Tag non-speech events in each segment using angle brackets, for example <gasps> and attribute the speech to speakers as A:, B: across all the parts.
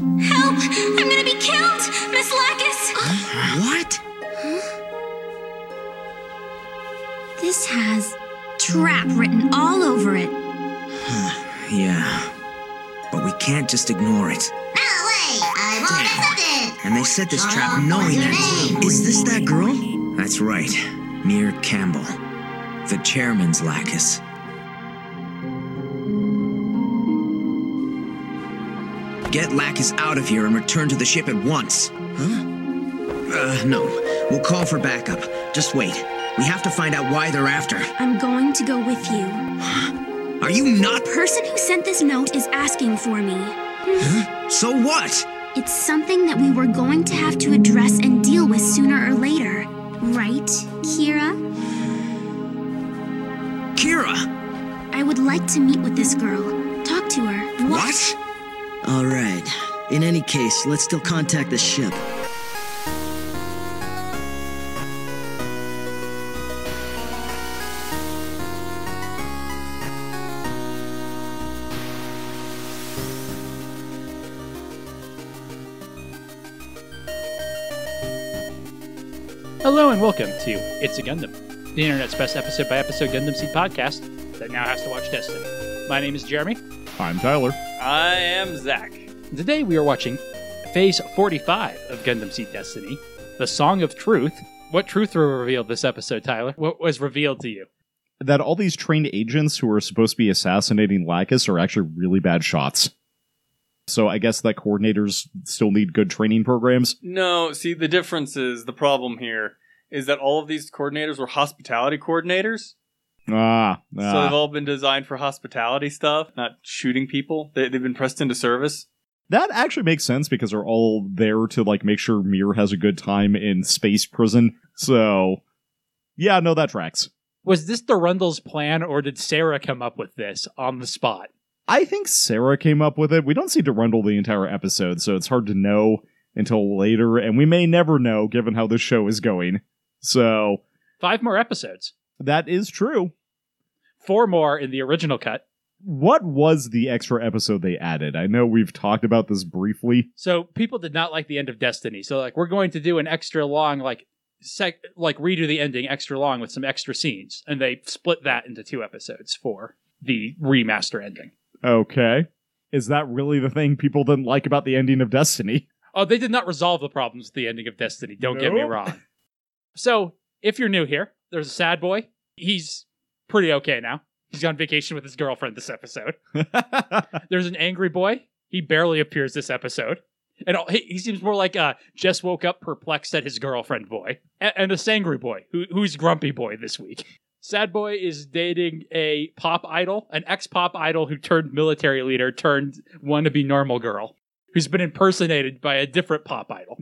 A: No! I'm gonna be killed, Miss Lacus!
B: What?
A: This has trap written all over it.
B: Yeah. But we can't just ignore it.
C: No way! I won't accept it!
B: And they set this trap knowing it. Is this that girl? That's right. Near Campbell. The chairman's Lacus. Get Lacus out of here and return to the ship at once. Huh? Uh, no. We'll call for backup. Just wait. We have to find out why they're after.
A: I'm going to go with you.
B: Are you not?
A: Person who sent this note is asking for me.
B: So what?
A: It's something that we were going to have to address and deal with sooner or later. Right, Kira?
B: Kira!
A: I would like to meet with this girl. Talk to her.
B: What?
D: All right. In any case, let's still contact the ship.
E: Hello and welcome to It's a Gundam, the internet's best episode by episode Gundam Seed podcast that now has to watch Destiny. My name is Jeremy.
F: I'm Tyler.
G: I am Zach.
E: Today we are watching Phase 45 of Gundam Seed Destiny, The Song of Truth. What truth were revealed this episode, Tyler? What was revealed to you?
F: That all these trained agents who are supposed to be assassinating Lacus are actually really bad shots. So I guess that coordinators still need good training programs.
G: No, see, the difference is the problem here is that all of these coordinators were hospitality coordinators.
F: Ah,
G: So
F: ah.
G: they've all been designed for hospitality stuff, not shooting people. They, they've been pressed into service.
F: that actually makes sense because they're all there to like make sure Mir has a good time in space prison. So, yeah, no, that tracks.
E: Was this the Rundle's plan or did Sarah come up with this on the spot?
F: I think Sarah came up with it. We don't see Durendal the entire episode, so it's hard to know until later, and we may never know given how this show is going. So
E: Five more episodes,
F: that is true.
E: four more in the original cut.
F: What was the extra episode they added? I know we've talked about this briefly.
E: So people did not like the end of Destiny. So like we're going to do an extra long like sec like redo the ending extra long with some extra scenes, and they split that into two episodes for the remaster ending.
F: Okay. Is that really the thing people didn't like about the ending of Destiny? <laughs>
E: Oh, they did not resolve the problems with the ending of Destiny. Don't get me
F: Nope.
E: wrong. So if you're new here, there's a sad boy. He's pretty okay now. He's on vacation with his girlfriend this episode. There's an angry boy. He barely appears this episode. And all- he, he seems more like uh, just woke up perplexed at his girlfriend boy. A- and a sangry boy, who, who's grumpy boy this week. Sad boy is dating a pop idol, an ex pop idol who turned military leader, turned wannabe normal girl, who's been impersonated by a different pop idol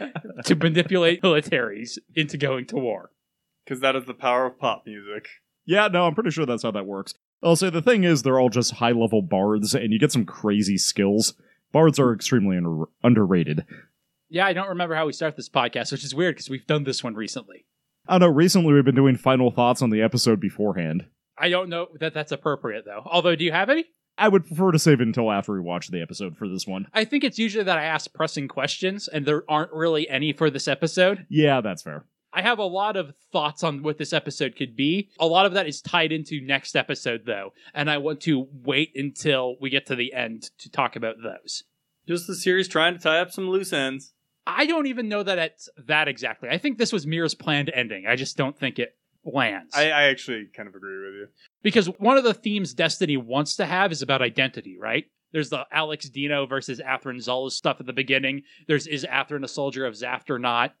E: <laughs> to manipulate militaries into going to war.
G: Because that is the power of pop music.
F: yeah, no, I'm pretty sure that's how that works. Also, the thing is, they're all just high level bards, and you get some crazy skills. Bards are extremely under- underrated.
E: Yeah, I don't remember how we start this podcast, which is weird because we've done this one recently.
F: I know, recently we've been doing final thoughts on the episode beforehand.
E: I don't know that that's appropriate, though. Although, do you have any?
F: I would prefer to save it until after we watch the episode for this one.
E: I think it's usually that I ask pressing questions, and there aren't really any for this episode.
F: Yeah, that's fair.
E: I have a lot of thoughts on what this episode could be. A lot of that is tied into next episode, though, and I want to wait until we get to the end to talk about those.
G: Just the series trying to tie up some loose ends.
E: I don't even know that it's that exactly. I think this was Mira's planned ending. I just don't think it lands.
G: I, I actually kind of agree with you.
E: because one of the themes Destiny wants to have is about identity, right? There's the Alex Dino versus Atherin Zola stuff at the beginning. There's is Atherin a soldier of Zaft or not?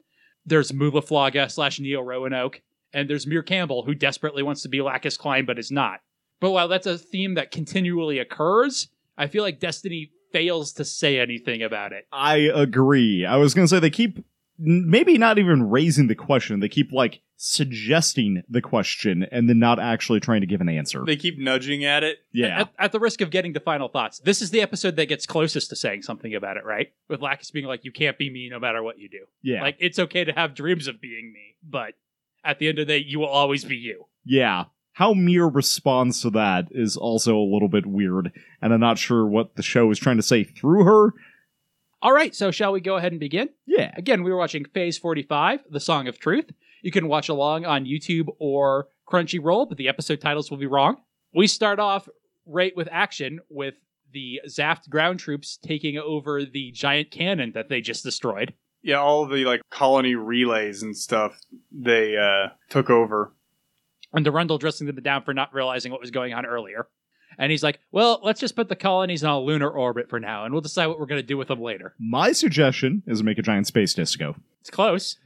E: There's Mulaflaga slash Neo Roanoke, and there's Mir Campbell who desperately wants to be Lacus Klein but is not. But while that's a theme that continually occurs, I feel like Destiny fails to say anything about it.
F: I agree. I was going to say they keep n- maybe not even raising the question. They keep like suggesting the question and then not actually trying to give an answer.
G: They keep nudging at it.
F: yeah.
E: At, at the risk of getting to final thoughts, this is the episode that gets closest to saying something about it, right? With Lacus being like, "You can't be me no matter what you do."
F: Yeah.
E: Like it's okay to have dreams of being me, but at the end of the day, you will always be you.
F: yeah. How Mir responds to that is also a little bit weird, and I'm not sure what the show is trying to say through her.
E: All right, so shall we go ahead and begin?
F: Yeah.
E: Again, we were watching Phase 45, The Song of Truth. You can watch along on YouTube or Crunchyroll, but the episode titles will be wrong. We start off right with action with the Zaft ground troops taking over the giant cannon that they just destroyed.
G: Yeah, all the like colony relays and stuff they uh, took over.
E: And Arundel dressing them down for not realizing what was going on earlier. And he's like, well, let's just put the colonies in a lunar orbit for now, and we'll decide what we're going to do with them later.
F: My suggestion is make a giant space disco. <laughs>
E: It's close.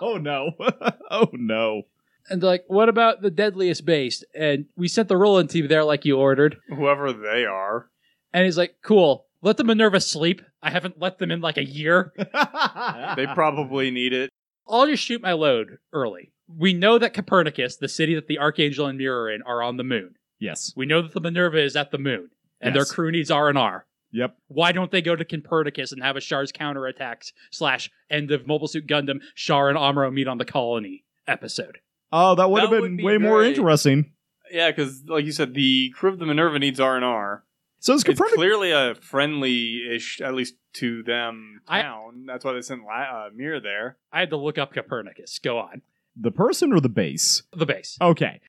F: oh no. <laughs> oh no.
E: And they're like, what about the deadliest base? And we sent the Roland team there like you ordered.
G: Whoever they are.
E: And he's like, cool. Let the Minerva sleep. I haven't let them in like a year.
F: <laughs>
G: They probably need it.
E: I'll just shoot my load early. We know that Copernicus, the city that the Archangel and Mirror are in, are on the moon.
F: yes.
E: We know that the Minerva is at the moon, and
F: Yes.
E: their crew needs R and R.
F: Yep.
E: Why don't they go to Copernicus and have a Shar's counterattacks slash end of Mobile Suit Gundam Shar and Amuro meet on the colony episode?
F: Oh, that would have
G: That
F: been
G: would be
F: way more
G: great.
F: interesting.
G: Yeah, because like you said, the crew of the Minerva needs R and R.
F: So is
G: It's
F: Copernicus
G: clearly a friendly-ish, at least to them
E: I-
G: town. That's why they sent La- uh, Mir there.
E: I had to look up Copernicus. Go on
F: the person or the base?
E: the base.
F: Okay.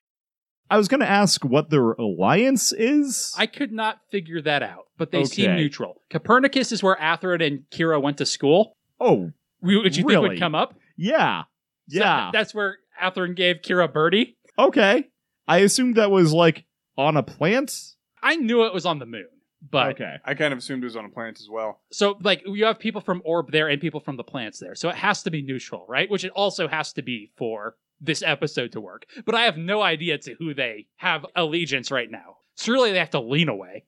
F: I was going to ask what their alliance is.
E: I could not figure that out, but they seem
F: Okay.
E: neutral. Copernicus is where Atherin and Kira went to school,
F: oh,
E: we- which you think
F: Really?
E: would come up.
F: yeah.
E: So
F: Yeah.
E: that's where Atherin gave Kira Birdie.
F: okay. I assumed that was like on a plant.
E: I knew it was on the moon, but
F: okay.
G: I kind of assumed it was on a planet as well.
E: so like you have people from Orb there and people from the plants there, so it has to be neutral, right? Which it also has to be for this episode to work. But I have no idea to who they have allegiance right now. So really, they have to lean away.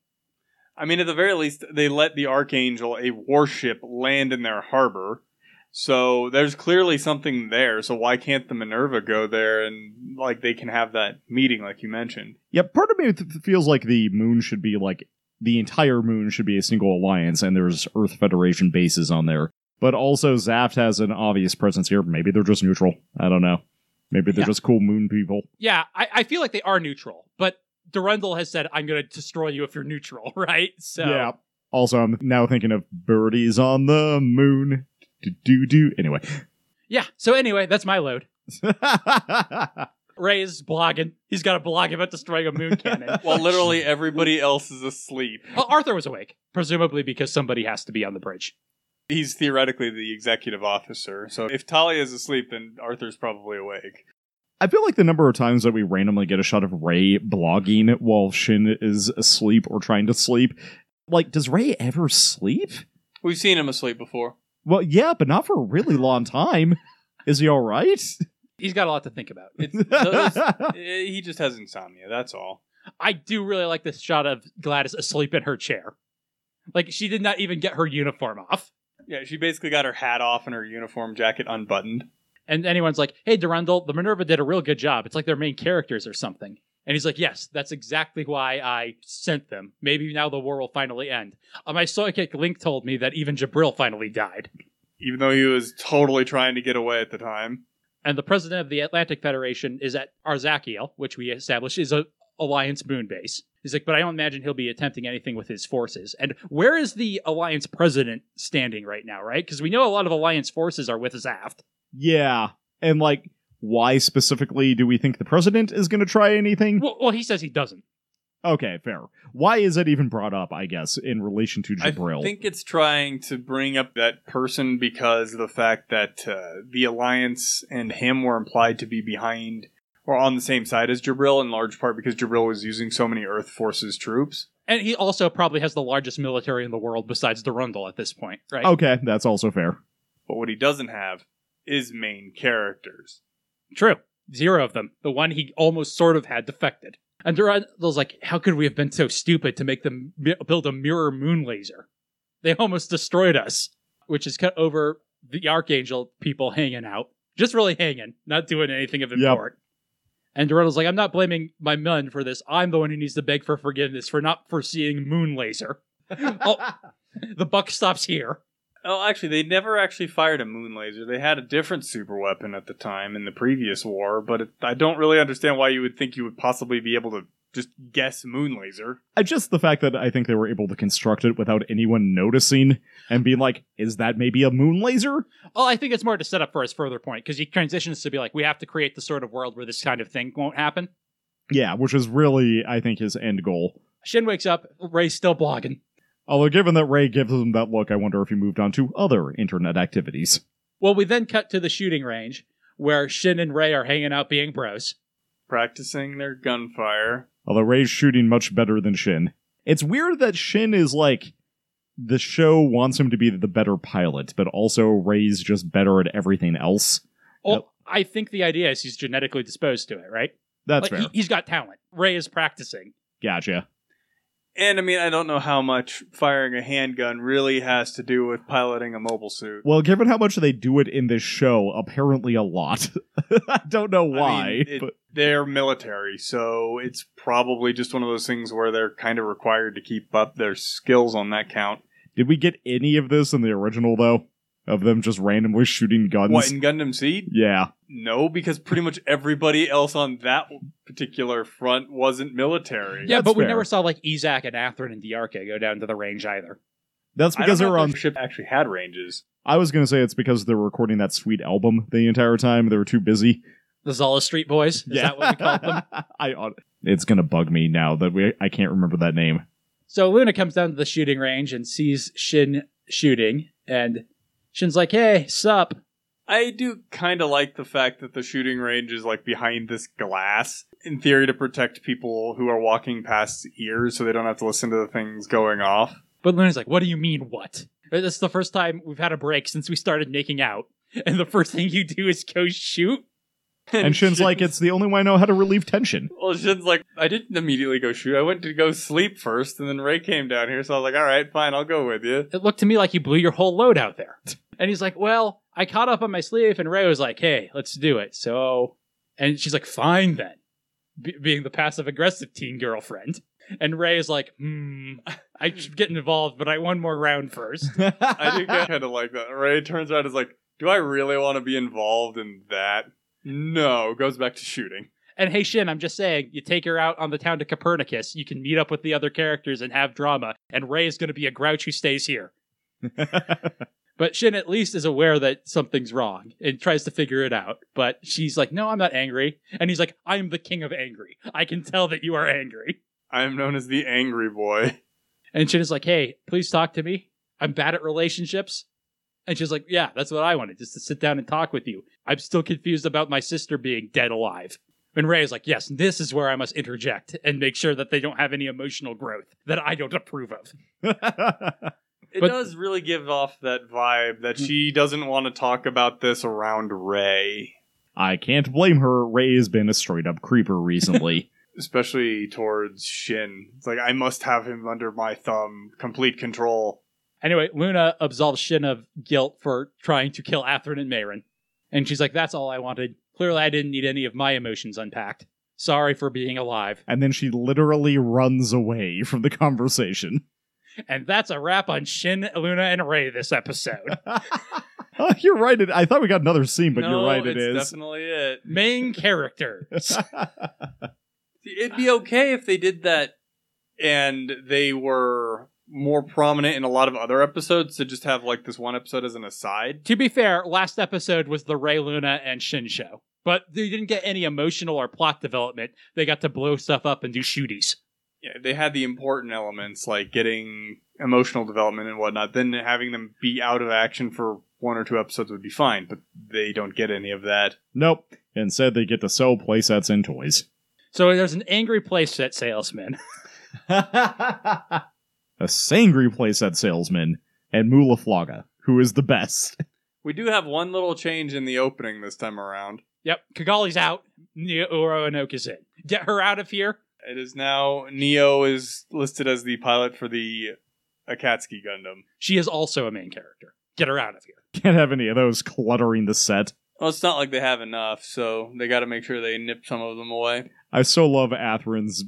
G: I mean, at the very least, they let the Archangel, a warship, land in their harbor. So there's clearly something there. So why can't the Minerva go there and like they can have that meeting, like you mentioned?
F: Yeah, part of me th- feels like the moon should be like the entire moon should be a single alliance, and there's Earth Federation bases on there. But also, Zaft has an obvious presence here. Maybe they're just neutral. I don't know. Maybe they're
E: Yeah.
F: just cool moon people.
E: Yeah, I, I feel like they are neutral, but Durendal has said, "I'm going to destroy you if you're neutral," <laughs> right? So
F: Also, I'm now thinking of birdies on the moon. Do do do. Anyway.
E: yeah. So anyway, that's my load.
F: <laughs>
E: Ray is blogging. He's got a blog about destroying a moon cannon.
G: Well, literally everybody else is asleep.
E: Uh, Arthur was awake, presumably because somebody has to be on the bridge.
G: He's theoretically the executive officer. So if Talia is asleep, then Arthur's probably awake.
F: I feel like the number of times that we randomly get a shot of Ray blogging while Shin is asleep or trying to sleep. Like, does Ray ever sleep?
G: We've seen him asleep before.
F: Well, yeah, but not for a really long time. Is he all right?
E: He's got a lot to think about.
G: It's, those, eh, he just has insomnia. That's all.
E: I do really like this shot of Gladys asleep in her chair. Like she did not even get her uniform off.
G: Yeah, she basically got her hat off and her uniform jacket unbuttoned.
E: And anyone's like, "Hey, Durandal, the Minerva did a real good job. It's like their main characters or something." And he's like, "Yes, that's exactly why I sent them. Maybe now the war will finally end." Uh, my psychic link told me that even Jabril finally died.
G: even though he was totally trying to get away at the time.
E: and the president of the Atlantic Federation is at Arzakiel, which we established is a Alliance moon base. He's like, but I don't imagine he'll be attempting anything with his forces. And where is the Alliance president standing right now, right? Because we know a lot of Alliance forces are with Zaft.
F: <laughs> Yeah. And like, why specifically do we think the president is going to try anything?
E: Well, well, he says he doesn't.
F: Okay, fair. Why is it even brought up, I guess, in relation to Jabril?
G: I think it's trying to bring up that person because of the fact that uh, the alliance and him were implied to be behind or on the same side as Jabril in large part because Jabril was using so many Earth Forces troops.
E: And he also probably has the largest military in the world besides Durundal at this point, right?
F: okay, that's also fair.
G: But what he doesn't have is main characters.
E: True. Zero of them. The one he almost sort of had defected. And Durandal's like, how could we have been so stupid to make them mi- build a mirror moon laser? They almost destroyed us. Which is cut over the Archangel people hanging out. Just really hanging, not doing anything of
F: Yep.
E: import. And Durandal's like, I'm not blaming my men for this. I'm the one who needs to beg for forgiveness for not foreseeing moon laser. oh, the buck stops here.
G: Oh, actually, they never actually fired a moon laser. They had a different super weapon at the time in the previous war, but it, I don't really understand why you would think you would possibly be able to just guess moon laser.
F: I just the fact that I think they were able to construct it without anyone noticing and being like, is that maybe a moon laser?
E: Well, I think it's more to set up for his further point because he transitions to be like, we have to create the sort of world where this kind of thing won't happen.
F: Yeah, which is really, I think, his end goal.
E: Shin wakes up. Ray's still blogging.
F: Although, given that Ray gives him that look, I wonder if he moved on to other internet activities.
E: Well, we then cut to the shooting range where Shin and Ray are hanging out being bros.
G: Practicing their gunfire.
F: Although Ray's shooting much better than Shin. It's weird that Shin is like the show wants him to be the better pilot, but also Ray's just better at everything else.
E: Oh,
F: Yep.
E: I think the idea is he's genetically disposed to it, right?
F: That's
E: like,
F: fair.
E: He, has got talent. Ray is practicing.
F: Gotcha.
G: And I mean, I don't know how much firing a handgun really has to do with piloting a mobile suit.
F: Well, given how much they do it in this show, apparently a lot. <laughs> I don't know
G: I mean,
F: why,
G: it-
F: but
G: They're military, so it's probably just one of those things where they're kind of required to keep up their skills on that count.
F: did we get any of this in the original though? Of them just randomly shooting guns?
G: What in Gundam Seed?
F: Yeah.
G: No, because pretty much everybody else on that particular front wasn't military.
E: Yeah,
F: That's
E: but we
F: fair.
E: never saw like Izak and Atherin and Diarche go down to the range either.
F: That's
G: I
F: because they
G: don't
F: were
G: know if
F: on
G: their ship actually had ranges.
F: I was gonna say it's because they're recording that sweet album the entire time. They were too busy.
E: The Zala Street Boys. Is that what we called
F: <laughs>
E: them?
F: I hon- it's gonna bug me now that we I can't remember that name.
E: So Luna comes down to the shooting range and sees Shin shooting, and Shin's like, "Hey, sup?"
G: I do kind of like the fact that the shooting range is like behind this glass, in theory, to protect people who are walking past ears so they don't have to listen to the things going off.
E: But Luna's like, "What do you mean, what?" That's the first time we've had a break since we started making out, and the first thing you do is go shoot. <laughs>
F: And Shin's like, it's the only way I know how to relieve tension.
G: Well, Shin's like, I didn't immediately go shoot. I went to go sleep first, and then Ray came down here, so I was like, all right, fine, I'll go with you.
E: It looked to me like you blew your whole load out there. <laughs> And he's like, "Well, I caught up on my sleeve," and Ray was like, "Hey, let's do it." So, and she's like, "Fine then," be- being the passive aggressive teen girlfriend. And Ray is like, "Hmm, <laughs> I should get involved, but I one more round first.
G: I
F: <laughs>
G: do kind of like that. Ray turns out is like, do I really want to be involved in that? No, goes back to shooting.
E: And hey, Shin, I'm just saying, you take her out on the town to Copernicus, you can meet up with the other characters and have drama, and Ray is going to be a grouch who stays here. But Shin at least is aware that something's wrong and tries to figure it out. But she's like, no, I'm not angry. And he's like, I'm the king of angry. I can tell that you are angry.
G: I am known as the angry boy.
E: And Shin is like, hey, please talk to me. I'm bad at relationships. And she's like, yeah, that's what I wanted, just to sit down and talk with you. I'm still confused about my sister being dead alive. And Ray is like, yes, this is where I must interject and make sure that they don't have any emotional growth that I don't approve of.
G: It
E: But-
G: does really give off that vibe that she doesn't want to talk about this around Ray,
F: <laughs> I can't blame her. Ray has been a straight up creeper
G: <laughs>
F: recently.
G: especially towards Shin. It's like I must have him under my thumb, complete control.
E: Anyway, Luna absolves Shin of guilt for trying to kill Athrun and Mayrin. And she's like, that's all I wanted. Clearly, I didn't need any of my emotions unpacked. Sorry for being alive.
F: and then she literally runs away from the conversation. <laughs>
E: And that's a wrap on Shin, Luna, and Ray this episode.
F: Oh, you're right. It, I thought we got another scene, but you're right. It
G: it's
F: is.
G: definitely it.
E: Main character.
G: <laughs> It'd be okay if they did that, and they were more prominent in a lot of other episodes to just have like this one episode as an aside.
E: to be fair, last episode was the Ray Luna and Shin show, but they didn't get any emotional or plot development. They got to blow stuff up and do shooties.
G: yeah, they had the important elements like getting emotional development and whatnot. Then having them be out of action for one or two episodes would be fine, but they don't get any of that.
F: nope. Instead, they get to sell playsets and toys.
E: So there's an angry playset salesman.
F: a sangry playset salesman and Mula Flaga, who is the best. <laughs>
G: We do have one little change in the opening this time around.
E: <laughs> yep, Kigali's out. Nia Oroonoke is in. Get her out of here.
G: It is now Neo is listed as the pilot for the Akatsuki Gundam.
E: She is also a main character. Get her out of here.
F: Can't have any of those cluttering the set.
G: Well, it's not like they have enough, so they got to make sure they nip some of them away.
F: I so love Atherin's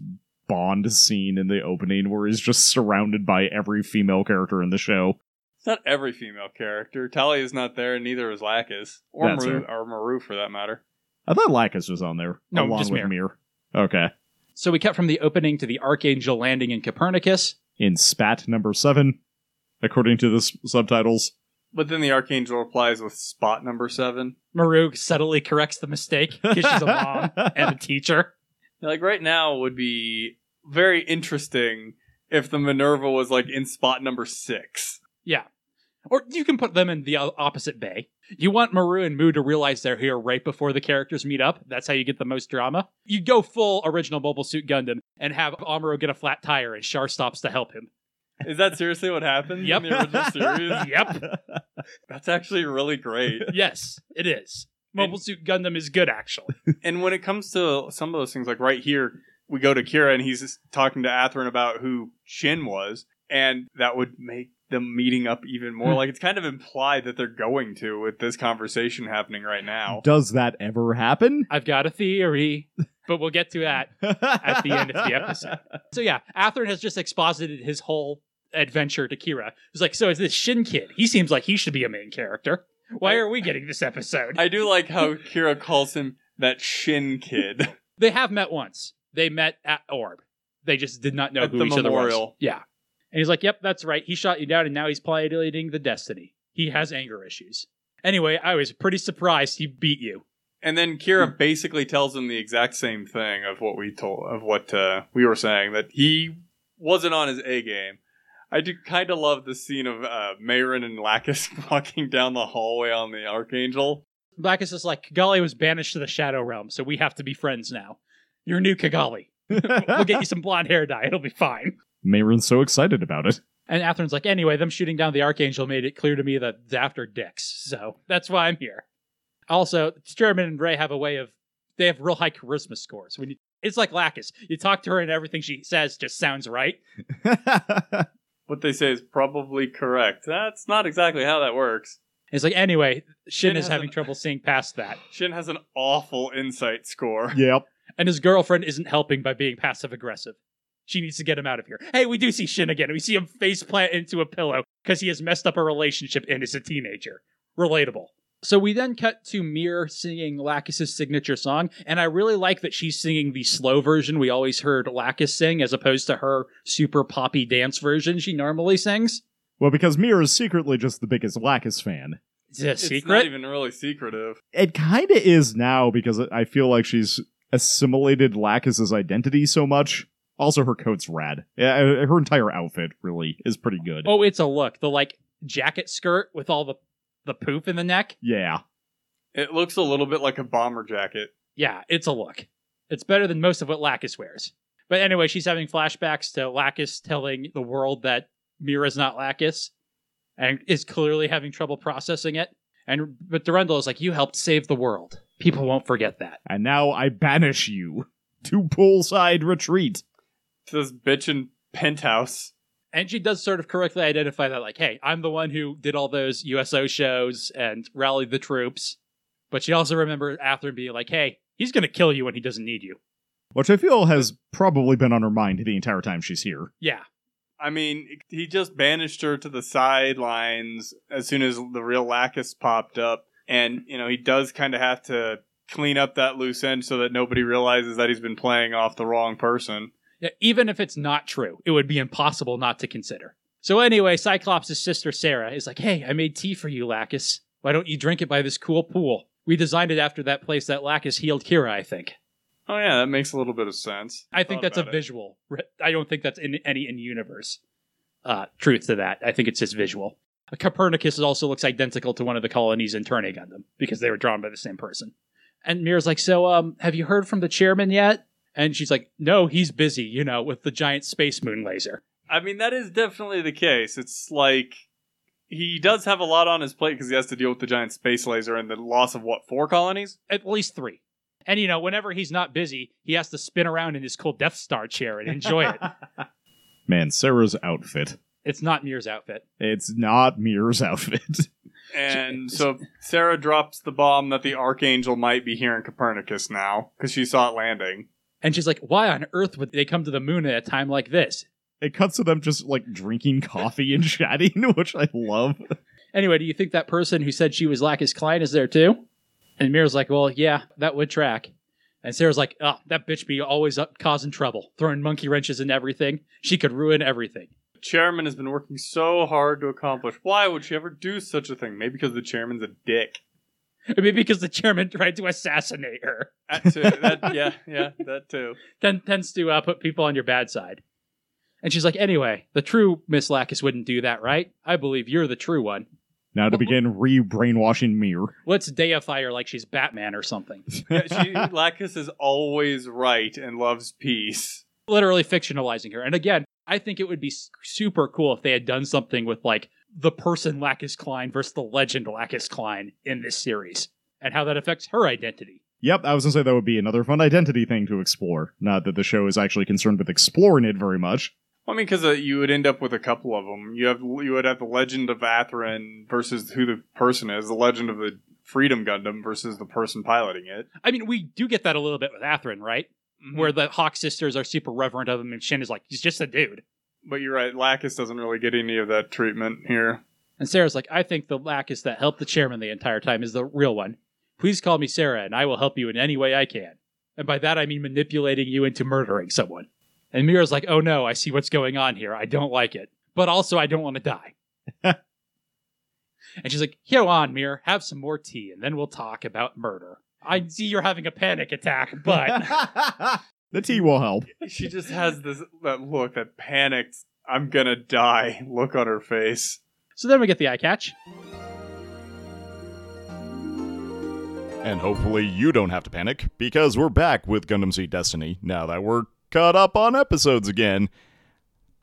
F: Bond scene in the opening where he's just surrounded by every female character in the show.
G: It's not every female character. Tali is not there, and neither is Lacus or
F: That's
G: Maru,
F: her.
G: or Maru for that matter.
F: I thought Lacus was on there.
E: No,
F: along
E: just
F: with
E: Mir.
F: Mir. Okay.
E: So we cut from the opening to the Archangel landing in Copernicus.
F: In spat number seven, according to the s- subtitles.
G: But then the Archangel replies with spot number seven.
E: Marug subtly corrects the mistake because she's a
F: <laughs>
E: mom and a teacher.
G: Like right now would be very interesting if the Minerva was like in spot number six.
E: Yeah. Or you can put them in the o- opposite bay. You want Maru and Mu to realize they're here right before the characters meet up. That's how you get the most drama. You go full original Mobile Suit Gundam and have Amaru get a flat tire and Char stops to help him.
G: Is that seriously what happened
E: Yep.
G: in the original
E: <laughs>
G: series?
E: Yep.
G: That's actually really great.
E: yes, it is. Mobile Suit Gundam is good, actually.
G: and when it comes to some of those things, like right here, we go to Kira and he's just talking to Atherin about who Shin was, and that would make them meeting up even more. like it's kind of implied that they're going to with this conversation happening right now.
F: Does that ever happen?
E: I've got a theory, but we'll get to that at the end of
F: <laughs>
E: the episode. So yeah, Atherin has just exposited his whole adventure to Kira. He's like, so is this Shin kid? He seems like he should be a main character. Why are we getting this episode?
G: I do like how Kira calls him that Shin kid. <laughs>
E: They have met once. They met at Orb. They just did not know
G: At
E: who
G: the
E: each other was.
G: memorial.
E: Yeah. And he's like, yep, that's right. He shot you down and now he's piloting the Destiny. He has anger issues. Anyway, I was pretty surprised he beat you.
G: And then Kira basically tells him the exact same thing of what we told of what uh, we were saying that he wasn't on his A game. I do kind of love the scene of uh, Mayrin and Lacus <laughs> walking down the hallway on the Archangel.
E: Blackus is like, Kigali was banished to the Shadow Realm, so we have to be friends now. You're new Kigali. We'll get you
G: <laughs>
E: some blonde hair dye. It'll be fine.
F: Mayron's so excited about <laughs> it.
E: And Atherin's like, anyway, them shooting down the Archangel made it clear to me that it's after dicks, so <laughs> that's why I'm here. Also, Sturman and Ray have a way of, they have real high charisma scores. When you, It's like Lacus. You talk to her and everything she says just sounds right.
G: What they say is probably correct. That's not exactly how that works.
E: It's like, anyway, Shin
G: Shin
E: is
G: has
E: having
G: an-
E: trouble seeing past that.
G: Shin has an awful insight
F: <laughs>
G: score.
F: yep.
E: And his girlfriend isn't helping by being passive aggressive. She needs to get him out of here. Hey, we do see Shin again. We see him face plant into a pillow because he has messed up a relationship and is a teenager. Relatable. So we then cut to Mir singing Lacus's signature song, and I really like that she's singing the slow version we always heard Lacus sing, as opposed to her super poppy dance version she normally sings.
F: Well, because Mir is secretly just the biggest Lacus fan.
E: Is it a
G: It's not
E: secret?
G: even really secretive.
F: It kind of is now because I feel like she's assimilated Lacus's identity so much. Also, her coat's rad. Yeah, uh, her entire outfit really is pretty good.
E: oh, it's a look. The like jacket skirt with all the the poop in the neck.
F: Yeah.
G: It looks a little bit like a bomber jacket.
E: yeah, it's a look. It's better than most of what Lacus wears. But anyway, she's having flashbacks to Lacus telling the world that Mira's not Lacus and is clearly having trouble processing it. And but Durendal is like, You helped save the world. People won't forget that.
F: And now I banish you to poolside retreat.
G: To this bitch in penthouse.
E: And she does sort of correctly identify that, like, hey, I'm the one who did all those USO shows and rallied the troops. But she also remembers Atherin being like, hey, he's going to kill you when he doesn't need you.
F: Which I feel has probably been on her mind the entire time she's here.
E: Yeah.
G: I mean, he just banished her to the sidelines as soon as the real Lacus popped up. And, you know, he does kind of have to clean up that loose end so that nobody realizes that he's been playing off the wrong person.
E: Yeah, even if it's not true, it would be impossible not to consider. So anyway, Cyclops' sister Sarah is like, "Hey, I made tea for you, Lacus. Why don't you drink it by this cool pool? We designed it after that place that Lacus healed Kira, I think.
G: Oh, yeah, that makes a little bit of sense.
E: I think
G: Thought
E: that's a
G: about it.
E: visual. re- I don't think that's in any in universe uh, truth to that. I think it's just visual. Copernicus also looks identical to one of the colonies in Turning Gundam because they were drawn by the same person. And Mira's like, "So, um, have you heard from the chairman yet?" And she's like, "No, he's busy, you know, with the giant space moon laser."
G: I mean, that is definitely the case. It's like he does have a lot on his plate because he has to deal with the giant space laser and the loss of, what, four colonies?
E: at least three. And you know, whenever he's not busy, he has to spin around in his cool Death Star chair and enjoy it.
F: Man, Sarah's outfit.
E: It's not Mir's outfit.
F: It's not Mir's outfit. <laughs>
G: And so Sarah drops the bomb that the Archangel might be here in Copernicus now because she saw it landing.
E: And she's like, why on earth would they come to the moon at a time like this?
F: It cuts to them just like drinking
H: <laughs>
F: coffee and chatting, which I love.
E: Anyway, do you think that person who said she was Lacus Klein is there too? And Mir's like, well, yeah, that would track. And Sarah's like, oh, that bitch be always up causing trouble, throwing monkey wrenches and everything. She could ruin everything.
G: chairman has been working so hard to accomplish. Why would she ever do such a thing? Maybe because the chairman's a dick.
E: Maybe because the chairman tried to assassinate her.
G: That too. that, yeah, yeah, that too.
E: Then tends to uh, put people on your bad side. And she's like, anyway, the true Miss Lacus wouldn't do that, right? I believe you're the true one.
H: Now to begin re brainwashing Mir.
E: Let's deify her like she's Batman or something.
G: Yeah, she, Lacus is always right and loves peace.
E: Literally fictionalizing her. And again, I think it would be s- super cool if they had done something with like the person Lacus Klein versus the legend Lacus Klein in this series and how that affects her identity.
H: Yep, I was gonna say that would be another fun identity thing to explore. Not that the show is actually concerned with exploring it very much.
G: Well, I mean, because uh, you would end up with a couple of them. You have you would have the legend of Atherin versus who the person is, the legend of the Freedom Gundam versus the person piloting it.
E: I mean, we do get that a little bit with Atherin, right?
G: Mm-hmm.
E: Where the Hawk sisters are super reverent of him, and Shin is like, he's just a dude.
G: But you're right, Lacus doesn't really get any of that treatment here.
E: And Sarah's like, I think the Lacus that helped the chairman the entire time is the real one. Please call me Sarah, and I will help you in any way I can. And by that, I mean manipulating you into murdering someone. And Mira's like, oh no, I see what's going on here. I don't like it. But also, I don't want to
G: <laughs>
E: die. and she's like, here on, Mira, have some more tea, and then we'll talk about murder. I see you're having a panic attack, but.
H: the tea will help.
G: <laughs> She just has this that look, that panicked, I'm gonna die look on her face.
E: <laughs> so then we get the eye catch.
F: And hopefully you don't have to panic, because we're back with Gundam Seed Destiny now that we're caught up on episodes again.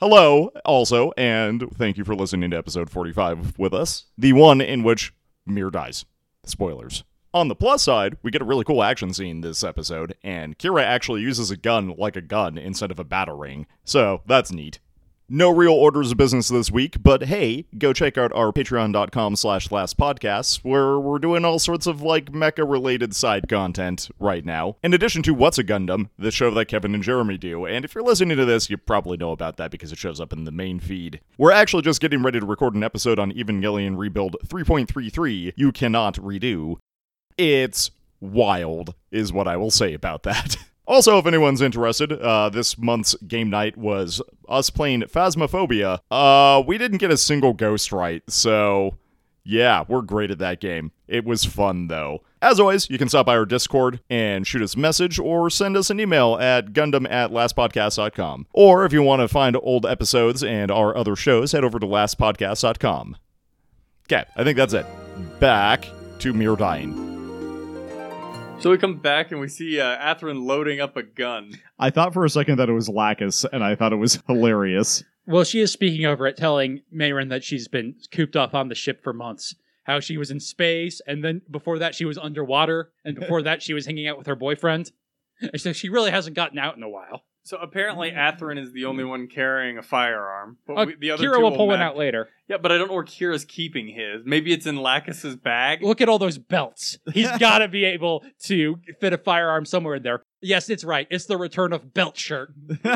F: Hello, also, and thank you for listening to episode 45 with us, the one in which Mir dies. Spoilers. On the plus side, we get a really cool action scene this episode, and Kira actually uses a gun like a gun instead of a battle ring, so that's neat. No real orders of business this week, but hey, go check out our patreon.com slash last podcasts, where we're doing all sorts of like mecha related side content right now. In addition to What's a Gundam, the show that Kevin and Jeremy do, and if you're listening to this, you probably know about that because it shows up in the main feed. We're actually just getting ready to record an episode on Evangelion Rebuild 3.33, You Cannot Redo. It's wild, is what I will say about that. <laughs> Also, if anyone's interested, uh, this month's game night was us playing Phasmophobia. Uh, we didn't get a single ghost right, so yeah, we're great at that game. It was fun, though. As always, you can stop by our Discord and shoot us a message or send us an email at gundam at lastpodcast.com. Or if you want to find old episodes and our other shows, head over to lastpodcast.com. Okay, I think that's it. Back to Mir dying.
G: So we come back and we see uh, Atherin loading up a gun.
H: I thought for a second that it was Lacus, and I thought it was hilarious.
E: Well, she is speaking over it, telling Mayrin that she's been cooped up on the ship for months. How she was in space, and then before that she was underwater, and before that she was hanging out with her boyfriend. And so she really hasn't gotten out in a while.
G: So apparently, Atherin is the only one carrying a firearm. But
E: Mm. Uh,
G: we, the other
E: Kira
G: two
E: will pull one
G: map-
E: out later.
G: Yeah, but I don't know where Kira's keeping his. Maybe it's in Lacus's bag.
E: Look at all those belts.
G: <laughs>
E: He's got to be able to fit a firearm somewhere in there. Yes, it's right. It's the return of belt shirt.
H: <laughs>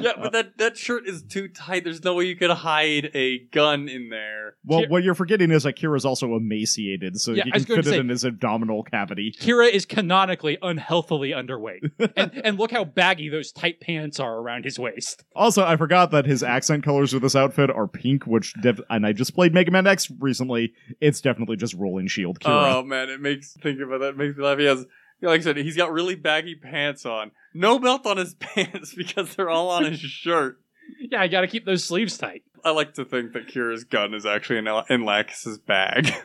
G: Yeah,
E: uh,
G: but that, that shirt is too tight. There's no way you could hide a gun in there.
H: Well,
E: Ki-
H: what you're forgetting is that Kira's also emaciated, so
E: Yeah,
H: he
E: I was
H: can
E: going
H: fit
E: to
H: it
E: say-
H: in his abdominal cavity.
E: Kira is canonically unhealthily
G: <laughs>
E: underweight, and and look how baggy those tight pants are around his waist.
H: Also, I forgot that his accent colors with this outfit are pink, which def- and I just played Mega Man X recently. It's definitely just Rolling Shield Kira.
E: Uh,
G: Oh man, it makes thinking about that makes me laugh. He has, like I said, he's got really baggy pants on. No belt on his <laughs> pants because they're all on his shirt.
E: Yeah, I got to keep those sleeves tight.
G: I like to think that Kira's gun is actually in, in Lacus's bag. <laughs>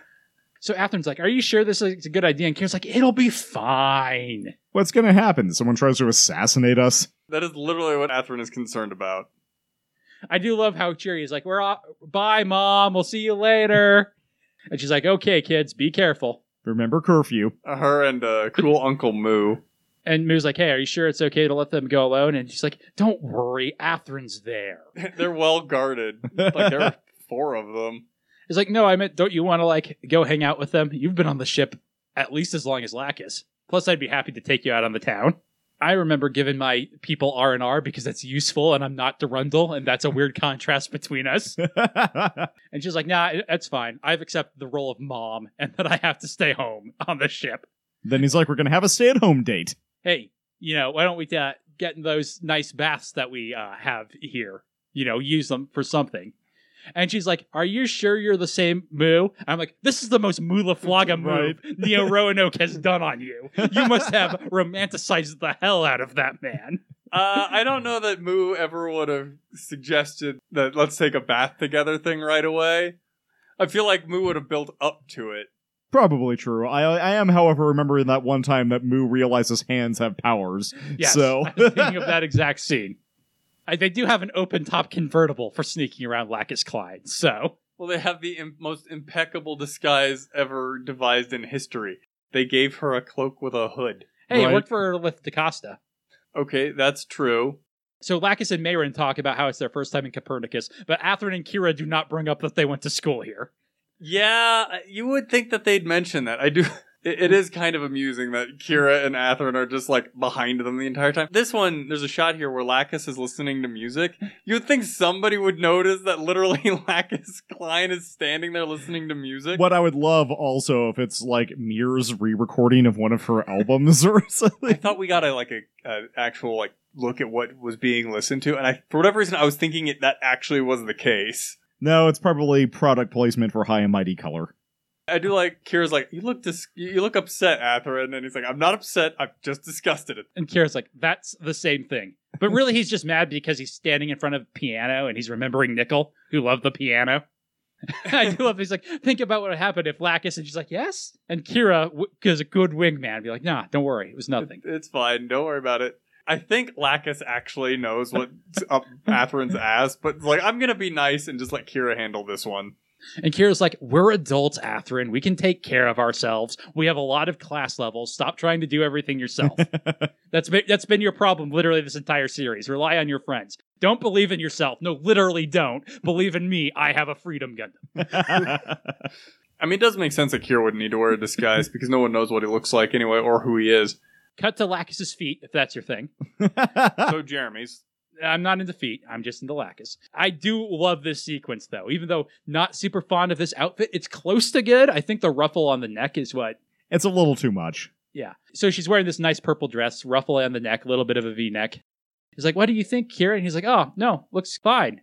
E: So Atherin's like, "Are you sure this is a good idea?" And Kira's like, "It'll be fine."
H: What's gonna happen? Someone tries to assassinate us?
G: that is literally what Atherin is concerned about.
E: I do love how cheery he's like, "We're off. Bye, mom. We'll see you later." <laughs> and she's like, "Okay, kids, be careful."
H: Remember curfew. <laughs>
G: Her and uh, <laughs> cool Uncle Moo.
E: And Moo's like, "Hey, are you sure it's okay to let them go alone?" And she's like, "Don't worry, Atherin's there." <laughs>
G: they're well guarded. Like <laughs> there are four of them.
E: He's like, "No, I meant, don't you want to like go hang out with them? You've been on the ship at least as long as Lacus. Plus, I'd be happy to take you out on the town." I remember giving my people R and R because that's useful, and I'm not Durundle, and that's a weird contrast between us. And she's like, nah, it- it's fine. I've accepted the <laughs> role of mom and that I have to stay home on the ship.
H: then he's like, "We're gonna have a stay-at-home date."
E: hey, you know, why don't we uh, get in those nice baths that we uh, have here? You know, use them for something. And she's like, Are you sure you're the same Moo? I'm like, This is the most Mulaflaga move Neo Roanoke has done on you. You must have romanticized the hell out of that man.
G: Uh, I don't know that Moo ever would have suggested that let's take a bath together thing right away. I feel like Moo would have built up to it.
F: Probably true. I, I am, however, remembering that one time that Moo realizes hands have powers.
E: Yes. <laughs>
F: So
E: I was thinking of that exact scene. I, they do have an open top convertible for sneaking around Lacus Clyde. So,
G: Well, they have the Im- most impeccable disguise ever devised in history. They gave her a cloak with a hood.
E: hey,
F: Right.
E: it worked for with DaCosta.
G: Okay, that's true.
E: So Lacus and Mayrin talk about how it's their first time in Copernicus, but Atherin and Kira do not bring up that they went to school here.
G: Yeah, uh, you would think that they'd mention that. I do. <laughs> It, it is kind of amusing that Kira and Atherin are just like behind them the entire time. This one, there's a shot here where Lacus is listening to music. You'd think somebody would notice that literally <laughs> Lacus Klein is standing there listening to music.
F: what I would love also if it's like Mir's re-recording of one of her albums <laughs> or
G: I
F: something.
G: thought we got a like a, a actual like look at what was being listened to, and I for whatever reason I was thinking it that actually was the case.
F: No, it's probably product placement for High and Mighty Color.
G: I do like Kira's like you look dis- you you look upset, Atherin, and he's like I'm not upset. I've just disgusted it.
E: And Kira's like, that's the same thing. But really, he's just mad because he's standing in front of piano and he's remembering Nickel, who loved the piano. <laughs> I do love. He's like, think about what would happen if Lacus, and she's like, yes. And Kira, because a good wingman, be like, nah, don't worry, it was nothing.
G: It's fine. Don't worry about it. I think Lacus actually knows
E: <laughs>
G: what's up Atherin's ass, but like I'm gonna be nice and just let Kira handle this one.
E: And Kira's like, we're adults, Atherin. We can take care of ourselves. We have a lot of class levels. Stop trying to do everything yourself. that's been, that's been your problem literally this entire series. Rely on your friends. Don't believe in yourself. No, literally don't. Believe in me. I have a freedom gun.
G: I mean, it does make sense that Kira would need to wear a
E: <laughs>
G: disguise because no one knows what he looks like anyway or who he is.
E: Cut to Lacus's feet, if that's your thing. Ah.
G: So Jeremy's.
E: I'm not into feet. I'm just into Lacus. I do love this sequence, though. Even though not super fond of this outfit, it's close to good. I think the ruffle on the neck is what
F: It's a little too much.
E: Yeah. So she's wearing this nice purple dress, ruffle on the neck, a little bit of a V neck. He's like, What do you think, Kira? And he's like, Oh, no, looks fine.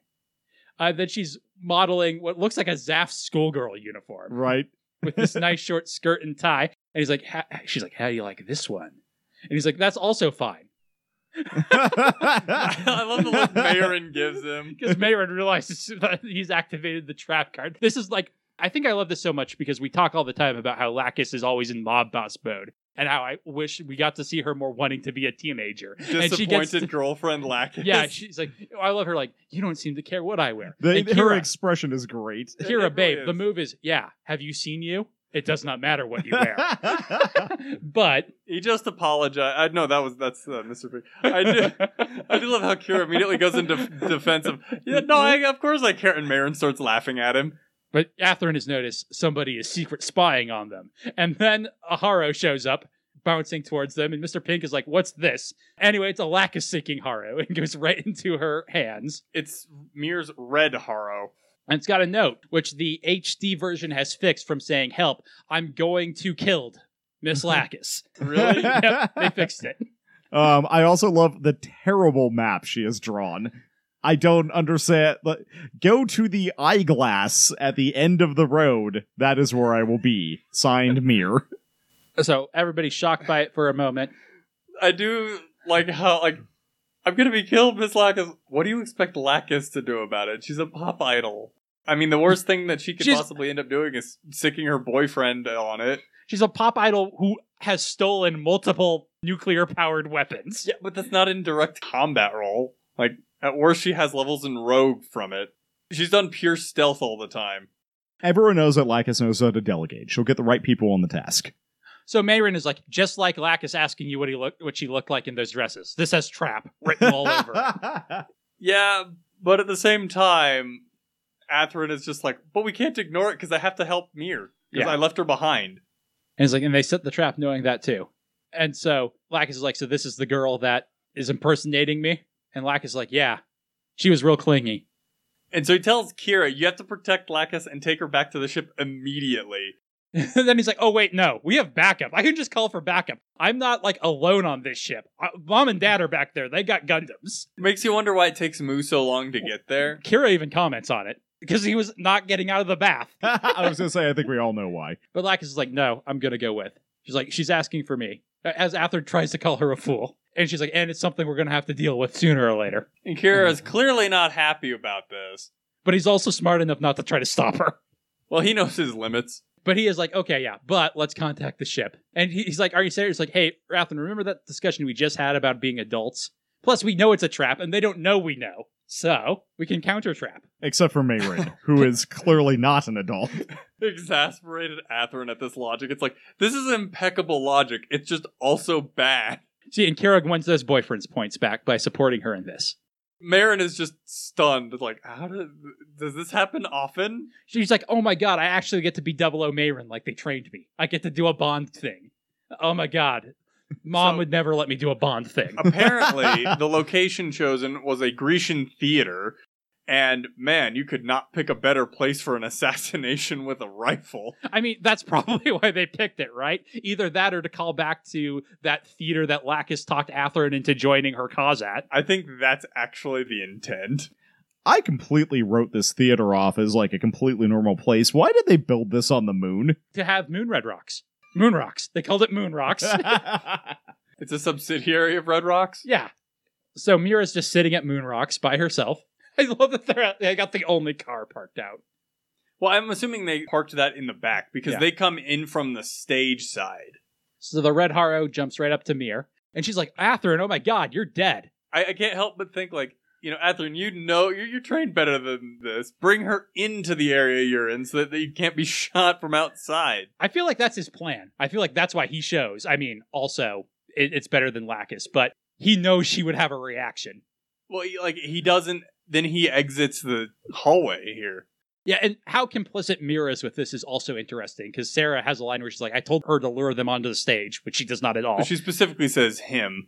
E: Uh, then she's modeling what looks like a Zaff schoolgirl uniform
F: Right? <laughs>
E: with this nice short skirt and tie. And he's like, "Ha- She's like, How do you like this one? And he's like, That's also fine.
G: I love the
F: <laughs>
G: look Marin gives him.
E: Because Mayron realizes <laughs> that he's activated the trap card. This is like, I think I love this so much because we talk all the time about how Lacus is always in mob boss mode and how I wish we got to see her more wanting to be a teenager. And she gets
G: Disappointed girlfriend
F: <laughs>
G: Lacus.
E: Yeah, she's like, I love her. Like, you don't seem to care what I wear.
F: They-
E: And
F: her
E: Kira,
F: expression is great.
E: Kira,
G: It really
E: babe, the
G: is.
E: move is, yeah. Have you seen you? It does not matter what you
F: <laughs>
E: wear. but
G: He just apologized. I know that was that's uh, Mr. Big. I do, I do love how Kira immediately goes into defense of. Yeah, no, I, of course I care. And Marin starts laughing at him.
E: but Atherin has noticed somebody is secret spying on them, and then Aharo shows up. Bouncing towards them, and Mr. Pink is like, What's this? Anyway, it's a lack of seeking <laughs> Haro and goes right into her hands.
G: It's Mir's red Haro.
E: And it's got a note, which the HD version has fixed from saying, Help, I'm going to killed Miss
F: <laughs>
E: Lacus. <laughs>
G: Really?
E: Yep, they fixed it.
F: Um, I also love the terrible map she has drawn. I don't understand. but Go to the eyeglass at the end of the road. That is where I will be. Signed, Mir.
E: So everybody's shocked by it for a moment.
G: I do like how like I'm gonna be killed, Miss Lacus. What do you expect Lacus to do about it? She's a pop idol. I mean, the worst thing that she could
E: She's-
G: possibly end up doing is sicking her boyfriend on it.
E: She's a pop idol who has stolen multiple nuclear powered weapons.
G: Yeah, but that's not in direct combat role. Like, at worst, she has levels in rogue from it. She's done pure stealth all the time.
F: Everyone knows that Lacus knows how to delegate. She'll get the right people on the task.
E: So Mayrin is like, just like Lacus asking you what he looked what she looked like in those dresses. This has trap written all over. it.
G: Yeah, but at the same time, Atherin is just like, but we can't ignore it because I have to help Mir. Because
E: Yeah.
G: I left her behind.
E: And it's like, and they set the trap knowing that too. And so Lacus is like, so this is the girl that is impersonating me? And Lacus is like, yeah. She was real clingy. <laughs>
G: And so he tells Kira, you have to protect Lacus and take her back to the ship immediately.
E: then he's like, oh, wait, no, we have backup. I can just call for backup. I'm not like alone on this ship. I, Mom and dad are back there. They got Gundams.
G: Makes you wonder why it takes Moo so long to get there.
E: Kira even comments on it because he was not getting out of the bath.
F: <laughs> I was gonna say I think we all know why.
E: But Lacus is like, no, I'm gonna go with. She's like, she's asking for me. As Ather tries to call her a fool. And she's like, and it's something we're gonna have to deal with sooner or later.
G: And Kira is clearly not happy about this.
E: But he's also smart enough not to try to stop her.
G: Well, he knows his limits.
E: But he is like, okay, yeah, but let's contact the ship. And he- he's like, are you serious? Like, hey, Rathan, remember that discussion we just had about being adults? Plus, we know it's a trap, and they don't know we know. So we can counter trap.
F: Except for Mayrin, who is clearly not an adult.
G: Exasperated Atherin at this logic. It's like, this is impeccable logic. It's just also bad.
E: See, and Kira wins those boyfriend's points back by supporting her in this.
G: Marin is just stunned. It's Like, how do, does this happen often?
E: She's like, oh my god, I actually get to be double O Mayron like they trained me. I get to do a Bond thing. Oh my god. Mom
G: So-
E: would never let me do a Bond thing.
G: Apparently, the location chosen was a Grecian theater. And man, you could not pick a better place for an <laughs> assassination with a rifle.
E: I mean, that's <laughs> probably why they picked it, right? Either that or to call back to that theater that Lacus talked Atherin into joining her cause at.
G: I think that's actually the intent.
F: I completely wrote this theater off as like a completely normal place. Why did they build this on
E: <laughs>
F: the moon?
E: To have Moon Red Rocks. Moon Rocks. They called it Moon
F: <laughs>
E: Rocks.
G: It's a subsidiary of Red Rocks.
E: yeah. So Mira's just sitting at Moon Rocks by herself. I love that they're out, they got the only car parked out.
G: Well, I'm assuming they parked that in the back because
E: Yeah.
G: they come in from the stage side.
E: So the Red Haro jumps right up to Mir, and she's like, Atherin, oh my god, you're dead.
G: I, I can't help but think like, you know, Atherin, you know, you're, you're trained better than this. Bring her into the area you're in so that you can't be <laughs> shot from outside.
E: I feel like that's his plan. I feel like that's why he shows. I mean, also, it, it's better than Lacus, but he knows she would have a reaction.
G: Well, he- like he doesn't. Then he exits the hallway here.
E: Yeah, and how complicit Mira is with this is also interesting because Sarah has a line where she's like, I told her to lure them onto the stage, which she does not at all.
G: She specifically says him,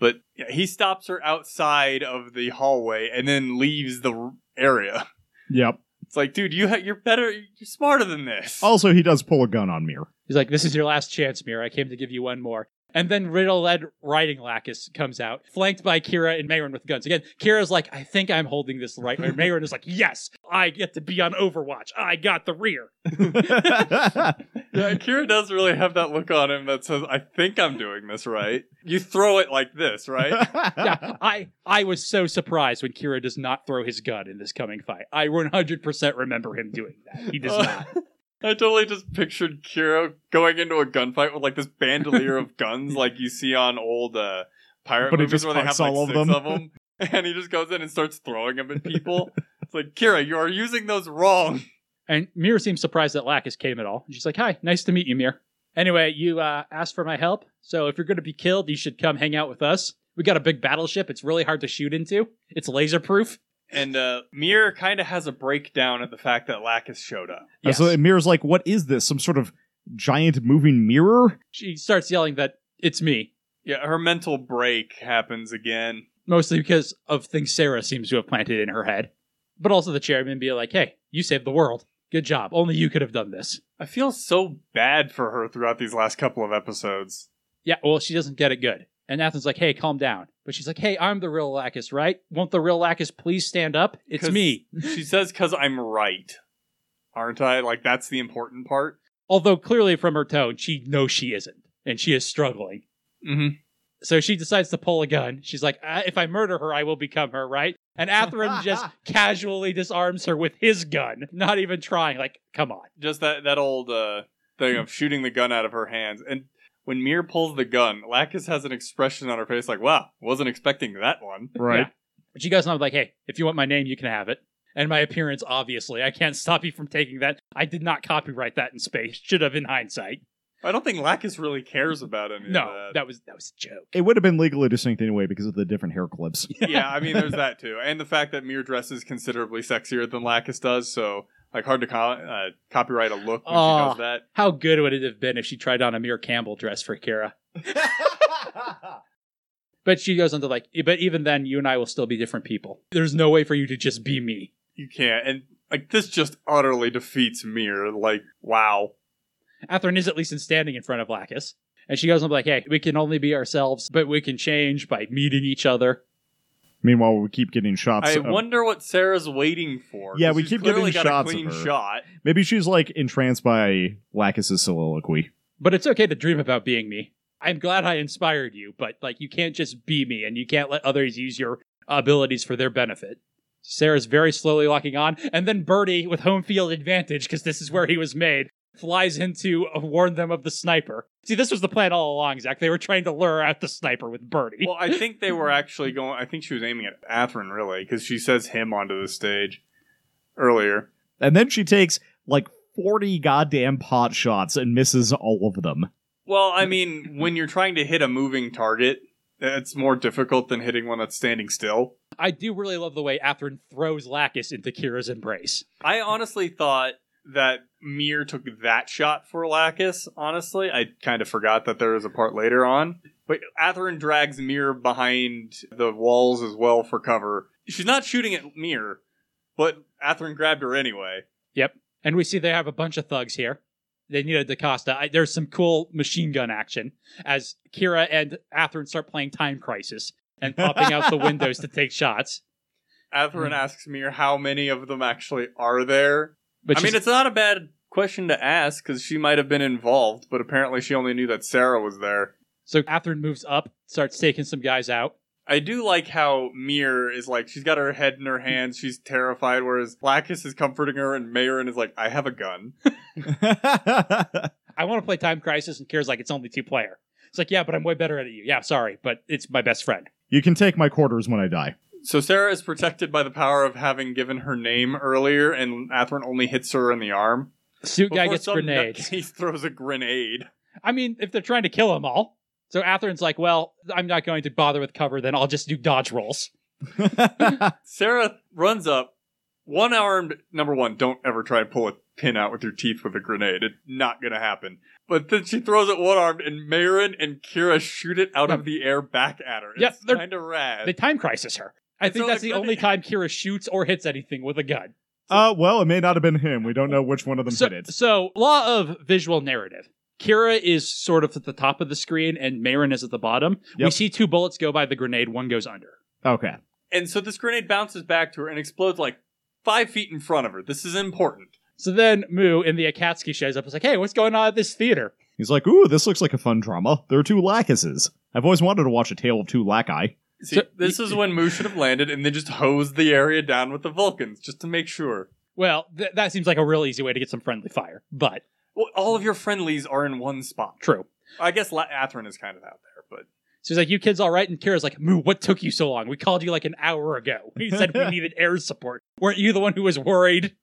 G: but yeah, he stops her outside of the hallway and then leaves the r- area.
F: Yep.
G: It's like, dude, you ha- you're better, you're smarter than this.
F: Also, he does pull a gun on Mir.
E: He's like, This is your last chance, Mira. I came to give you one more. And then Riddle led riding Lacus comes out, flanked by Kira and Mayron with guns. Again, Kira's like, I think I'm holding this right. And Mayron is like, Yes, I get to be on Overwatch. I got the rear.
G: Yeah, Kira does really have that look on him that says, I think I'm doing this right. You throw it like
F: <laughs>
G: this, right?
E: yeah, I I was so surprised when Kira does not throw his gun in this coming fight. I 100% remember him doing that.
G: <laughs>
E: He does
G: Uh.
E: not.
G: I totally just pictured Kira going into a gunfight with like this bandolier of guns like you see on old uh, pirate
F: But he
G: movies
F: just
G: where they have
F: hucks
G: like
F: all of
G: six
F: them.
G: of them. <laughs> And he just goes in and starts throwing
F: <laughs>
G: them at people. it's like, Kira, you are using those wrong.
E: And Mir seems surprised that Lacus came at all. She's like, "Hi, nice to meet you, Mir. Anyway, you uh, asked for my help, so if you're going to be killed, you should come hang out with us. We got a big battleship. It's really hard to shoot into. It's laser proof.
G: And uh, Mir kind of has a breakdown at the fact that Lacus showed up.
F: And So Mir's like, what is this? Some sort of giant moving mirror?
E: She starts yelling that it's me,
G: Yeah, her mental break happens again.
E: mostly because of things Sarah seems to have planted in her head, but also the chairman being like, "Hey, you saved the world. Good job. Only you could have done this."
G: I feel so bad for her throughout these last couple
F: <laughs>
G: of episodes.
E: Yeah, well, she doesn't get it good. And Nathan's like, hey, calm down. But she's like, hey, I'm the real Lacus, right? Won't the real Lacus please stand up? It's
G: 'Cause
E: me.
G: she says, because I'm right. Aren't I? Like, that's the important part.
E: Although clearly from her tone, she knows she isn't, and she is struggling.
G: Mm-hmm.
E: So she decides to pull a gun. She's like, "Uh, if I murder her, I will become her, right? And Atherin just casually disarms her with his gun, not even trying. Like, come on.
G: Just that, that old uh, thing of shooting the gun out of her hands. And when Mir pulls the gun, Lacus has an expression on her face like, wow, wasn't expecting that one.
F: Right.
E: Yeah. But she goes on like, hey, if you want my name, you can have it. And my appearance, obviously. I can't stop you from taking that. I did not copyright that in space. Should have in hindsight.
G: I don't think Lacus really cares about any
E: no,
G: of that.
E: that was that was a joke.
F: It would have been legally distinct anyway because of the different
E: <laughs>
F: hair clips.
G: <laughs> yeah, I mean, there's that too. And the fact that Mir dresses considerably sexier than Lacus does, so, like, hard to co- uh, copyright a look when she
E: Aw.
G: does that.
E: How good would it have been if she tried on a Amir Campbell dress for Kira? But she goes on to like, but even then, you and I will still be different people. There's no way for you to just be me.
G: You can't. And like this just utterly defeats Mir. Like, wow.
E: Atherin is at least in standing in front of Lacus. And she goes and be like, hey, we can only be ourselves, but we can change by meeting each other.
F: Meanwhile, we keep getting shots.
G: I
F: of-
G: wonder what Sarah's waiting for. 'cause
F: Yeah, we
G: she's
F: keep
G: clearly
F: getting
G: got
F: shots
G: A
F: of
G: clean
F: her.
G: shot.
F: maybe she's like entranced by Lacus's soliloquy.
E: But it's okay to dream about being me. I'm glad I inspired you, but like you can't just be me and you can't let others use your abilities for their benefit. Sarah's very slowly locking on, and then Birdie, with home field advantage, because this is where he was made, flies in to warn them of the sniper. See, this was the plan all along, Zach. They were trying to lure out the sniper with <laughs> Birdie.
G: Well, I think they were actually going. I think she was aiming at Atherin, really, because she says him onto the stage earlier.
F: And then she takes like 40 goddamn pot shots and misses all of them.
G: Well, I mean, when you're trying to hit a moving target, it's more difficult than hitting one that's standing still.
E: I do really love the way Atherin throws Lacus into Kira's embrace.
G: I honestly thought that Mir took that shot for Lacus. Honestly, I kind of forgot that there was a part later on. But Atherin drags Mir behind the walls as well for cover. She's not shooting at Mir, but Atherin grabbed her anyway.
E: And we see they have a bunch of thugs here. They need a DaCosta. I, there's some cool machine gun action as Kira and Atherin start playing Time Crisis and popping
G: <laughs>
E: out the windows to take shots.
G: Atherin
E: Mm-hmm.
G: asks Mir how many of them actually are there.
E: But
G: I mean,
E: she's-
G: it's not a bad question to ask because she might have been involved, but apparently she only knew that Sarah was there.
E: so Atherin moves up, starts taking some guys out.
G: I do like how Mir is like, she's got her head in her hands, she's terrified, whereas Lacus is comforting her, and Marin is like, I have a gun.
E: I want to play Time Crisis, and Kira's like, it's only two player. It's like, yeah, but I'm way better at it. than You, yeah, sorry, but it's my best friend.
F: you can take my quarters when I die.
G: So Sarah is protected by the power of having given her name earlier, and Atherin only hits her in the arm.
E: Suit guy
G: Before
E: gets
G: some <laughs>
E: grenades.
G: nutcase throws a grenade.
E: I mean, if they're trying to kill them all. So Atherin's like, well, I'm not going to bother with cover, then I'll just do dodge rolls.
G: Sarah runs up, one armed. Number one, don't ever try and pull a pin out with your teeth with a grenade. It's not going to happen. But then she throws it one armed, and Marin and Kira shoot it out of the air back at her.
E: Yeah,
G: It's
E: they're-
G: kind of rad.
E: They time crisis her. I think
G: all
E: that's
G: they
E: the
G: could
E: only
G: do.
E: time Kira shoots or hits anything with a gun.
F: uh, well, it may not have been him. We don't know which one of them
E: So,
F: did it.
E: so, law of visual narrative. Kira is sort of at the top of the screen and Marin is at the bottom. We
F: Yep.
E: see two bullets go by the grenade, one goes under.
F: Okay.
G: and so this grenade bounces back to her and explodes like five feet in front of her. This is important.
E: So then Moo in the Akatsuki shows up. It's like, hey, what's going on at this theater?
F: He's like, ooh, this looks like a fun drama. There are two Lacuses. I've always wanted to watch A Tale of Two Laci.
G: See,
E: So-
G: this is when Moo should have landed, and they just hose the area down with the Vulcans just to make sure.
E: Well, th- that seems like a real easy way to get some friendly fire, but
G: Well, all of your friendlies are in one spot.
E: true.
G: I guess La- Atherin is kind of out there, but
E: So he's like, "You kids all right?" And Kira's like, "Moo, what took you so long? We called you like an hour ago. We said we needed air support. Weren't you the one who was worried?"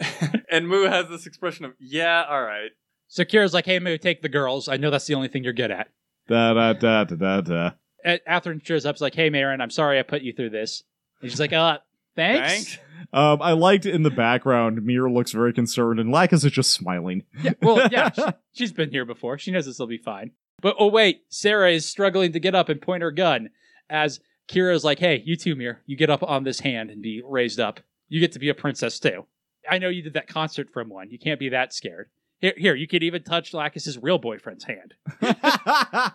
E: <laughs>
G: And Moo has this expression of, yeah, all right.
E: So Kira's like, "Hey, Moo, take the girls. I know that's the only thing you're good at."
F: Da da da da da da.
E: And Atherin shows up, is like, "Hey, Marin, I'm sorry I put you through this." And she's like, "Uh, thanks."
G: Thanks.
F: Um, I liked in the background, Mir looks very concerned, and Lacus is just smiling.
E: <laughs> Yeah, well, yeah, she, she's been here before. She knows this will be fine. But oh wait, Sarah is struggling to get up and point her gun as Kira's like, "Hey, you too, Mir. You get up on this hand and be raised up. You get to be a princess too. I know you did that concert from one. You can't be that scared. Here, here, you could even touch Lacus's real boyfriend's hand. <laughs>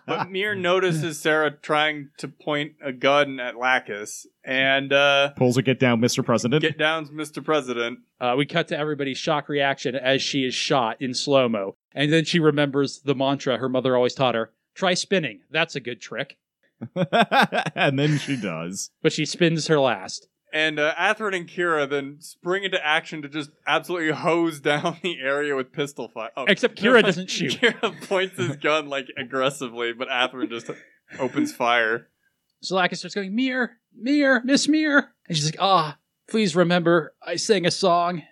G: But Mir notices Sarah trying to point a gun at Lacus and uh,
F: Pulls a get down, Mr. President.
G: get down, Mr. President.
E: Uh, we cut to everybody's shock reaction as she is shot in slow mo, and then she remembers the mantra her mother always taught her: "Try spinning. That's a good trick."
F: <laughs> and then she does.
E: But she spins her last.
G: And uh, Atherin and Kira then spring into action to just absolutely hose down the area with pistol fire. Oh,
E: Except
G: <laughs>
E: Kira doesn't shoot.
G: Kira points his gun like aggressively, but Atherin just opens fire.
E: Zalakis starts going, Mir, Mir, Miss Mir. And she's like, ah, please remember I sang a song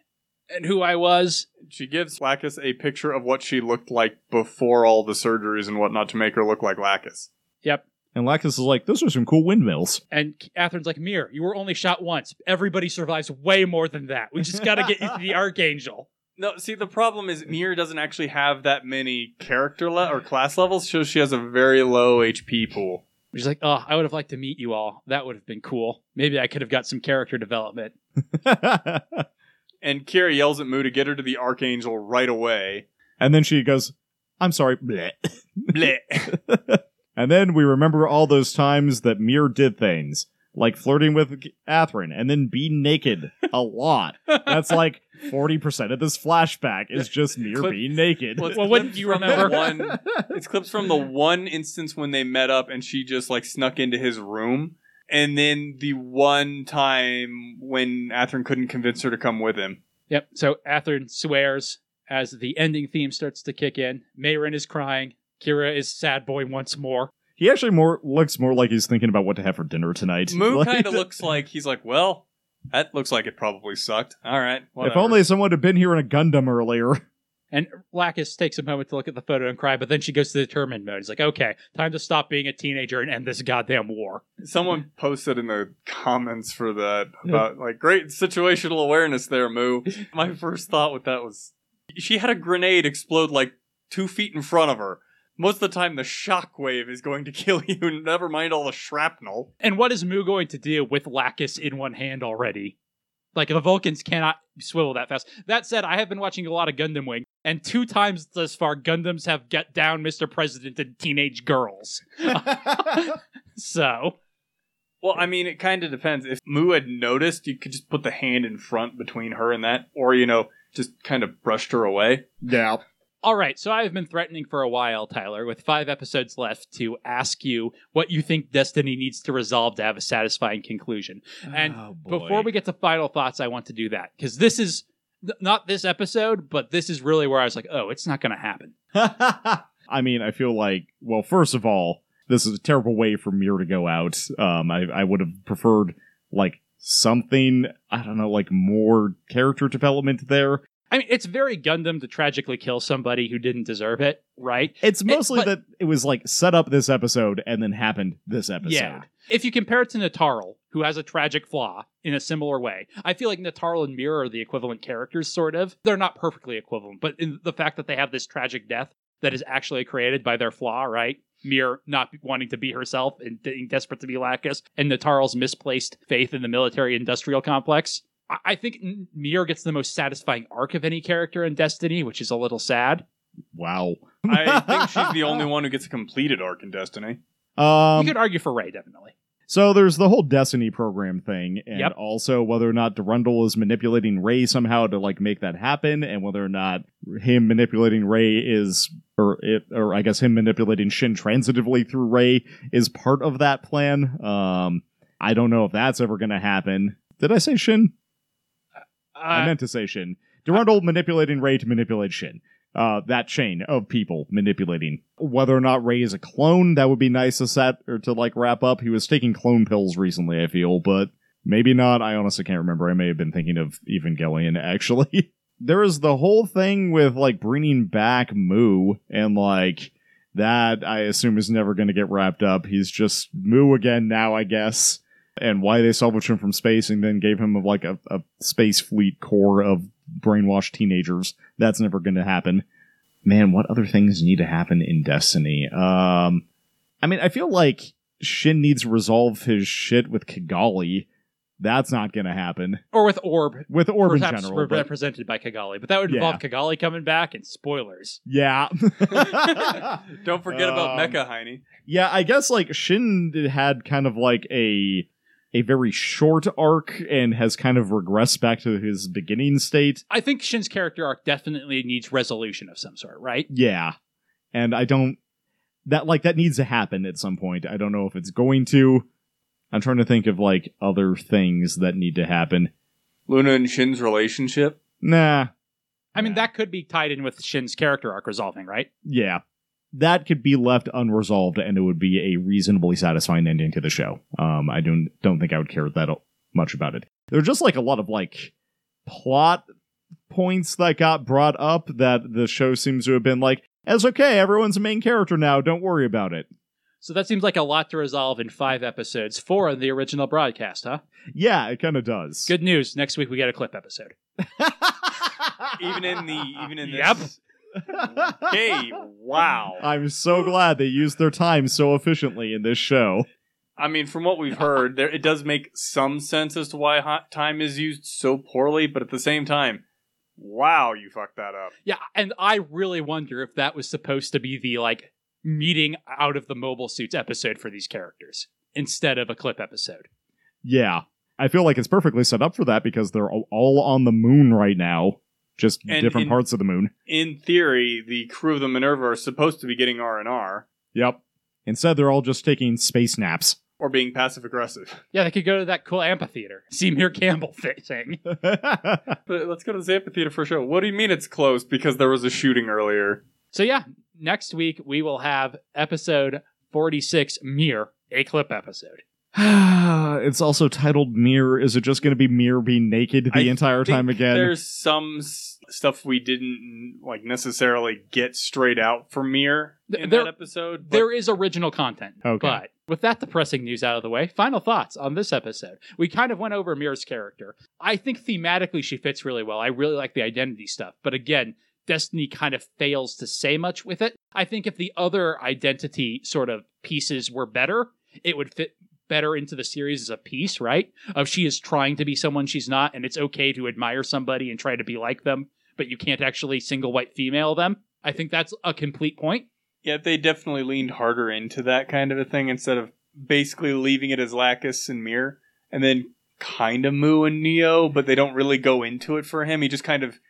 E: and who I was.
G: She gives Lacus a picture of what she looked like before all the surgeries and whatnot to make her look like Lacus.
E: Yep.
F: And Lacus is like, those are some cool windmills. <laughs>
E: And Atherin's like, Mir, you were only shot once. Everybody survives way more than that. We just got to get you to the Archangel.
G: No, see, the problem is Mir doesn't actually have that many character le- or class levels, so she has a very low HP pool.
E: She's like, oh, I would have liked to meet you all. That would have been cool. Maybe I could have got some character development.
G: And Kira yells at Moo to get her to the Archangel right away.
F: And then she goes, I'm sorry. bleh."
G: <laughs> Bleh.
F: <laughs> and then we remember all those times that Mir did things, like flirting with Athryn and then being naked a lot. That's like 40% of this flashback
E: <laughs>
F: is just Mir
G: Clip-
F: being naked.
G: Well, it's
E: Well, what
G: clips
E: do you
G: from the
E: remember?
G: <laughs> One, it's clips from the one instance when they met up and she just like snuck into his room, and then the one time when Athrun couldn't convince her to come with him.
E: Yep. So Athrun swears as the ending theme starts to kick in. Mayrin is crying. Kira is sad boy once more.
F: He actually more looks more like he's thinking about what to have for dinner tonight. <laughs>
G: Moo
F: Like,
G: <laughs> kind of looks like he's like, well, that looks like it probably sucked. All right,
F: If
G: whatever.
F: only someone had been here in a Gundam earlier.
E: And Lacus takes a moment to look at the photo and cry, but then she goes to the determined mode. It's like, okay, time to stop being a teenager and end this goddamn war.
G: someone posted in the comments for that about like great situational awareness there, Moo. <laughs> My first thought with that was she had a grenade explode like two feet in front of her. Most of the time, the shockwave is going to <laughs> kill you. Never mind all the shrapnel.
E: And what is Mu going to do with Lacus in one hand already? Like the Vulcans cannot swivel that fast. That said, I have been watching a lot of Gundam Wing, and two times thus far, Gundams have get down Mr. President and teenage girls. so
G: Well, I mean, it kind of depends. If Moo had noticed, you could just put the hand in front between her and that, or you know, just kind of brushed her away.
F: yeah.
E: All right, so I've been threatening for a while, Tyler, with five episodes left to ask you what you think Destiny needs to resolve to have a satisfying conclusion. And before we get to final thoughts, I want to do that because this is th- not this episode, but this is really where I was like, oh, it's not going to happen.
F: I mean, I feel like, well, first of all, this is a terrible way for Mir to go out. Um, I, I would have preferred, like, something, I don't know, like more character development there.
E: I mean, it's very Gundam to tragically kill somebody who didn't deserve it, right?
F: It's mostly
E: but-
F: that it was, like, set up this episode and then happened this episode.
E: Yeah. If you compare it to Natarl, who has a tragic flaw in a similar way, I feel like Natarl and Mira are the equivalent characters, sort of. They're not perfectly equivalent, but in the fact that they have this tragic death that is actually created by their flaw, right? Mir not wanting to be herself and being desperate to be Lacus, and Natarl's misplaced faith in the military industrial complex. I- I think N- Mir gets the most satisfying arc of any character in Destiny, which is a little sad.
F: Wow.
G: I think she's the <laughs> only one who gets a completed arc in Destiny.
F: Um,
E: you could argue for Ray, definitely.
F: So there's the whole Destiny program thing, and
E: Yep.
F: also whether or not Durandal is manipulating Ray somehow to like make that happen, and whether or not him manipulating Ray is, or it, or I guess him manipulating Shin transitively through Ray is part of that plan. Um, I don't know if that's ever going to happen. Did I say Shin?
E: Uh,
F: I meant to say Shin. Durandal manipulating Ray to manipulate Shin. Uh, that chain of people manipulating. Whether or not Ray is a clone, that would be nice to set or to like wrap up. He was taking clone pills recently, I feel, but maybe not. I honestly can't remember. I may have been thinking of Evangelion <laughs> actually. there is the whole thing with like bringing back Moo and like that. I assume is never going to get wrapped up. He's just Moo again now, I guess and why they salvaged him from space and then gave him like a, a space fleet core of brainwashed teenagers. That's never going to happen. Man, what other things need to happen in Destiny? Um, I mean, I feel like Shin needs to resolve his shit with Kigali. That's not going to happen
E: or with Orb,
F: with Orb in
E: perhaps
F: general. but-
E: represented by Kigali, but that would involve Kigali coming back and spoilers.
F: yeah.
G: <laughs> Don't
F: <laughs>
G: forget about
F: Um,
G: Mecha Heine.
F: Yeah, I guess like Shin had kind of like a a very short arc and has kind of regressed back to his beginning state.
E: I think Shin's character arc definitely needs resolution of some sort, right?
F: Yeah. And I don't that like that needs to happen at some point. I don't know if it's going to. I'm trying to think of like other things that need to happen.
G: Luna and Shin's relationship.
F: Nah,
E: I mean,
F: Yeah.
E: that could be tied in with Shin's character arc resolving, right?
F: yeah. That could be left unresolved and it would be a reasonably satisfying ending to the show. Um I don't don't think I would care that much about it. There are just like a lot of like plot points that got brought up that the show seems to have been like, it's okay, everyone's a main character now, don't worry about it.
E: So that seems like a lot to resolve in five episodes, four in the original broadcast, huh?
F: Yeah, it kind of does. <laughs>
E: Good news. Next week we get a clip episode.
G: Even in the even in
E: Yep.
G: this. Hey, wow.
F: I'm so glad they used their time so efficiently in this show.
G: I mean, from what we've heard, there it does make some sense as to why hot time is used so poorly, but at the same time, Wow, you fucked that up.
E: Yeah, and I really wonder if that was supposed to be the like meeting out of the mobile suits episode for these characters instead of a clip episode.
F: Yeah. I feel like it's perfectly set up for that because they're all- all on the moon right now, just
G: And-
F: different
G: and-
F: parts of the moon.
G: In theory, the crew of the Minerva are supposed to be getting R and R
F: Yep. Instead, they're all just taking space
G: <sighs>
F: naps. <laughs>
G: or being passive aggressive.
E: Yeah, they could go to that cool amphitheater, <laughs> see Mir Campbell thi- thing.
G: But let's go to the amphitheater for a show. What do you mean it's closed? Because there was a shooting earlier.
E: So yeah, next week we will have episode forty-six, Mir, a clip episode.
F: it's also titled Mirror. Is it just going to be Mirror being naked the
G: I
F: entire time
G: think
F: again?
G: There's some s- stuff we didn't like necessarily get straight out from Mir
E: Th-
G: in
E: there-
G: that episode. but-
E: There is original content.
F: Okay.
E: But with that depressing news out of the way, final thoughts on this episode. We kind of went over Mira's character. I think thematically she fits really well. I really like the identity stuff. But again, Destiny kind of fails to say much with it. I think if the other identity sort of pieces were better, it would fit better into the series as a piece, right? Of she is trying to be someone she's not, and it's okay to admire somebody and try to be like them, but you can't actually single white female them. I think that's a complete point.
G: Yeah, they definitely leaned harder into that kind of a thing instead of basically leaving it as Lacus and Mir, and then kind of Moo and Neo, but they don't really go into it for him. He just kind of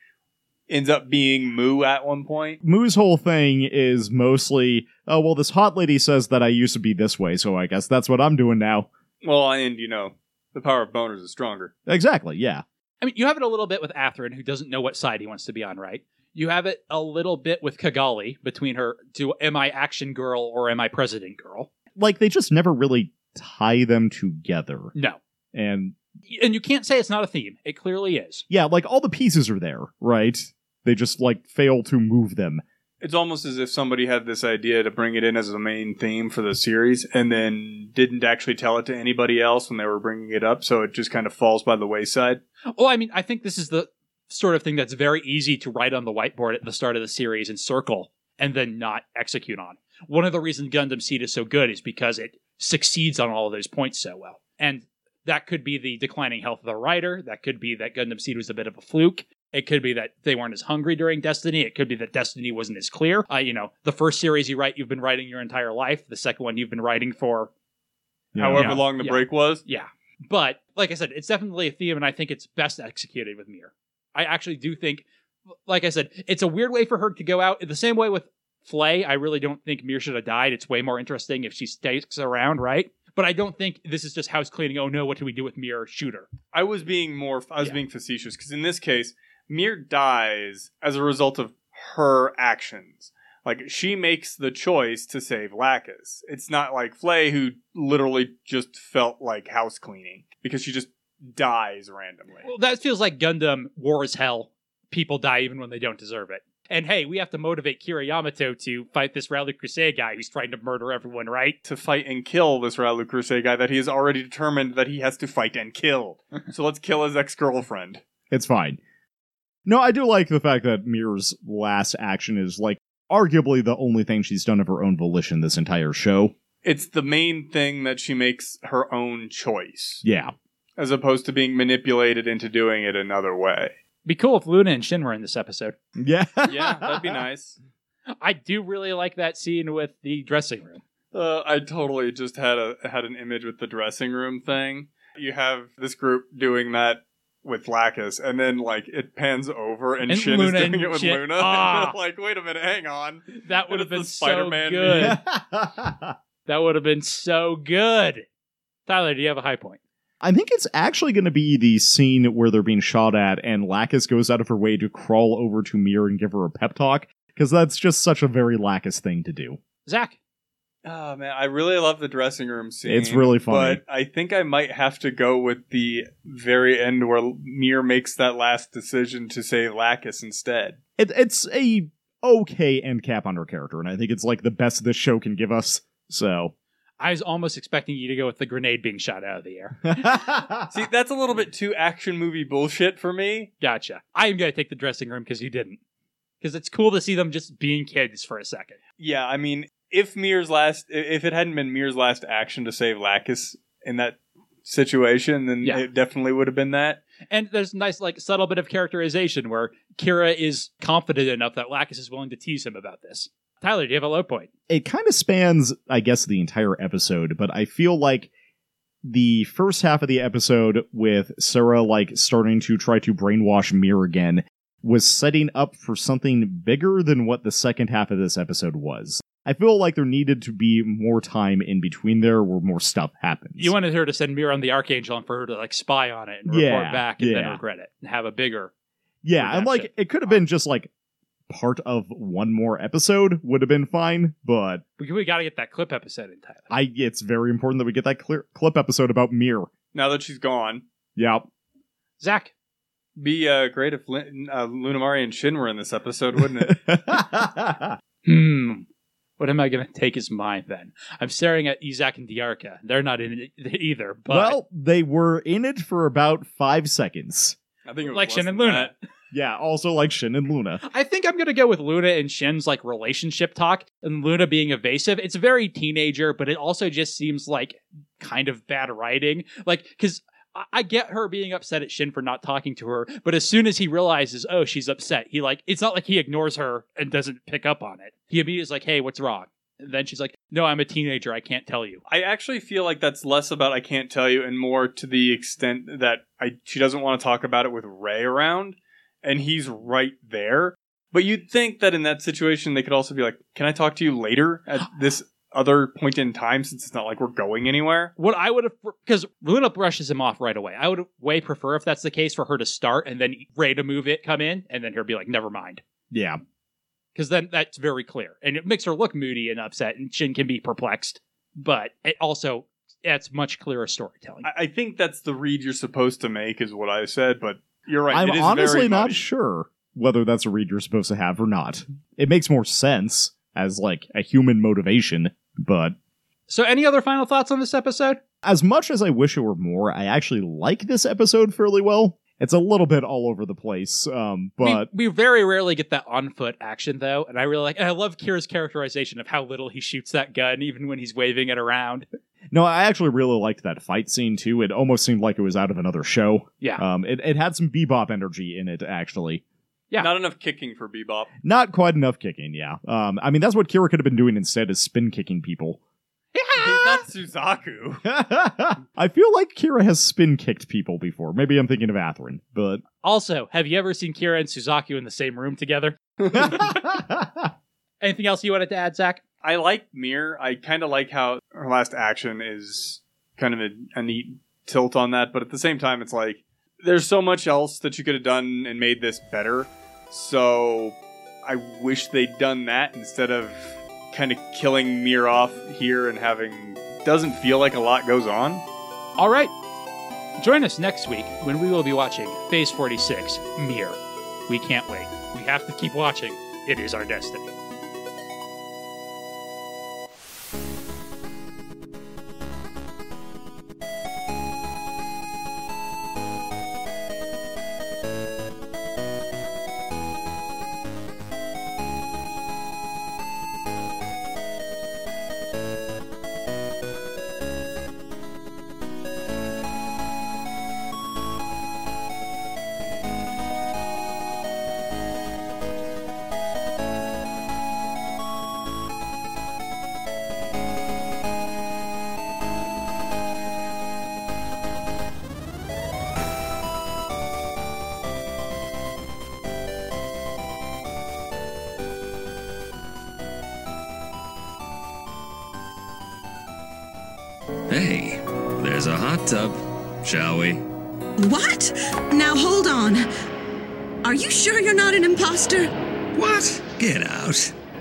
G: ends up being Moo at one point.
F: Moo's whole thing is mostly, oh, well, this hot lady says that I used to be this way, so I guess that's what I'm doing now.
G: Well, and you know, the power of boners is stronger.
F: Exactly, yeah.
E: I mean, you have it a little bit with Atherin, who doesn't know what side he wants to be on, right? You have it a little bit with Kigali between her do am I action girl or am I president girl?
F: Like, they just never really tie them together.
E: No.
F: And
E: And you can't say it's not a theme. It clearly is.
F: yeah, like, all the pieces are there, right? They just, like, fail to move them.
G: It's almost as if somebody had this idea to bring it in as a main theme for the series and then didn't actually tell it to anybody else when they were bringing it up, so it just kind of falls by the wayside.
E: Oh, I mean, I think this is the sort of thing that's very easy to write on the whiteboard at the start of the series and circle and then not execute on. One of the reasons Gundam Seed is so good is because it succeeds on all of those points so well. And that could be the declining health of the writer. That could be that Gundam Seed was a bit of a fluke. It could be that they weren't as hungry during Destiny. It could be that Destiny wasn't as clear. Uh, you know, the first series you write, you've been writing your entire life. The second one, you've been writing for
F: Yeah.
G: However
E: Yeah.
G: long the
E: Yeah.
G: break was.
E: yeah. But like I said, it's definitely a theme, and I think it's best executed with Mir. I actually do think, like I said, it's a weird way for her to go out. The same way with Flay, I really don't think Mir should have died. It's way more interesting if she sticks around, right? But I don't think this is just house cleaning. Oh no, what do we do with Mir? Shoot her.
G: I was being more. I was
E: Yeah.
G: being facetious because in this case, Mir dies as a result of her actions. Like she makes the choice to save Lacus. It's not like Flay who literally just felt like house cleaning because she just dies randomly.
E: Well, that feels like Gundam War is Hell. People die even when they don't deserve it. And hey, we have to motivate Kira Yamato to fight this Rally Crusade guy who's trying to murder everyone, right?
G: to fight and kill this Ralu Crusade guy that he has already determined that he has to fight and kill.
E: <laughs>
G: so let's kill his ex girlfriend.
F: It's fine. No, I do like the fact that Mirror's last action is, like, arguably the only thing she's done of her own volition this entire show.
G: It's the main thing that she makes her own choice
F: Yeah.
G: as opposed to being manipulated into doing it another way.
E: Be cool if Luna and Shin were in this episode.
F: Yeah. <laughs>
G: yeah, that'd be nice.
E: I do really like that scene with the dressing room.
G: Uh, I totally just had a had an image with the dressing room thing. You have this group doing that with Lacus, and then like it pans over, and,
E: And
G: Shin
E: Luna
G: is doing
E: and
G: it with
E: Shin-
G: Luna.
E: Ah.
G: And <laughs> you're like, wait a minute, hang on. <laughs>
E: That would
G: What
E: have
G: is
E: been
G: the
E: so
G: Spider-Man
E: good.
G: meme?
E: That would have been so good. Tyler, do you have a high point?
F: <laughs> I think it's actually going to be the scene where they're being shot at, and Lacus goes out of her way to crawl over to Mir and give her a pep talk, because that's just such a very Lacus thing to do.
E: Zach,
G: Oh man, I really love the dressing room scene.
F: It's really funny.
G: but I think I might have to go with the very end where Mir makes that last decision to say Lacus instead.
F: It, it's a okay end cap on her character, and I think it's like the best this show can give us. So, <laughs>
E: I was almost expecting you to go with the grenade being shot out of the air.
G: See, that's a little bit too action movie bullshit for me.
E: <laughs> Gotcha. I am going to take the dressing room because you didn't. Because it's cool to see them just being kids for a second.
G: Yeah, I mean, if Mir's last, i- if it hadn't been Mir's last action to save Lacus in that situation, then
E: Yeah.
G: it definitely would have been that.
E: And there's a nice, like, subtle bit of characterization where Kira is confident enough that Lacus is willing to tease him about this. Tyler, do you have a low point?
F: it kind of spans, I guess, the entire episode, but I feel like the first half of the episode with Sarah like starting to try to brainwash Mir again was setting up for something bigger than what the second half of this episode was. I feel like there needed to be more time in between there where more stuff happens.
E: You wanted her to send Mira on the Archangel and for her to, like, spy on it and
F: Yeah,
E: report back and then
F: yeah.
E: regret it and have a bigger.
F: yeah, and like
E: redemption.
F: it could have been just like part of one more episode would have been fine, but
E: We, we got to get that clip episode in, Tyler.
F: I it's very important that we get that clear clip episode about Mir.
G: Now that she's gone,
F: Yeah, <laughs>
E: Zach,
G: be uh, great if Lin- uh, Lunamari and Shin were in this episode, wouldn't
E: <laughs>
G: it?
E: hmm, what am I going to take as mine then? I'm staring at Izak and Diarca. They're not in it either, but
F: well, they were in it for about five seconds.
G: I think it was
E: like
G: less
E: Shin and
G: than
E: Luna.
F: Yeah, also like Shin and Luna.
E: I think I'm gonna go with Luna and Shin's like relationship talk and Luna being evasive. It's very teenager, but it also just seems like kind of bad writing. Like, cause I- I get her being upset at Shin for not talking to her, but as soon as he realizes, oh, she's upset, he like it's not like he ignores her and doesn't pick up on it. He immediately is like, hey, what's wrong? And then she's like, no, I'm a teenager, I can't tell you.
G: I actually feel like that's less about I can't tell you and more to the extent that I she doesn't want to talk about it with Ray around and he's right there. But you'd think that in that situation they could also be like, "Can I talk to you later
F: <gasps>
G: at this other point in time since it's not like we're going anywhere?"
E: What I would have, because Luna brushes him off right away. I would way prefer if that's the case for her to start and then Ray to move it, come in, and then her be like, never mind.
F: Yeah.
E: because then that's very clear and it makes her look moody and upset and shin can be perplexed but it also that's much clearer storytelling
G: I, I think that's the read you're supposed to make is what I said, but you're right.
F: I'm
G: it is
F: honestly
G: very
F: not
G: much-
F: sure whether that's a read you're supposed to have or not. It makes more sense as like a human motivation, but
E: so any other final thoughts on this episode
F: as much as I wish it were more, I actually like this episode fairly well. It's a little bit all over the place, um, but
E: we, we very rarely get that on foot action though and i really like and i love kira's characterization of how little he shoots that gun even when he's waving it around
F: no, I actually really liked that fight scene too. It almost seemed like it was out of another show.
E: yeah
F: Um, it, it had some bebop energy in it, actually.
E: Yeah.
G: Not enough kicking
F: <gasps>
G: for Bebop.
F: Not quite enough kicking, yeah. Um, I mean, that's what Kira could have been doing instead is spin kicking people. <laughs>
G: He's not Suzaku.
F: I feel like Kira has spin kicked people before. Maybe I'm thinking of Atherin, but <laughs>
E: also have you ever seen kira and suzaku in the same room together anything else you wanted to add zach
G: I like Mir. I kind of like how her last action is kind of a, a neat tilt on that, but at the same time, it's like there's so much else that you could have done and made this better. So I wish they'd done that instead of kind of killing Mir off here and having doesn't feel like a lot goes on.
E: all right join us next week when we will be watching phase 46 mir we can't wait we have to keep watching it is our destiny
B: Hey, there's a hot tub. Shall we?
I: What? Now hold on. Are you sure you're not an imposter?
B: What? Get out.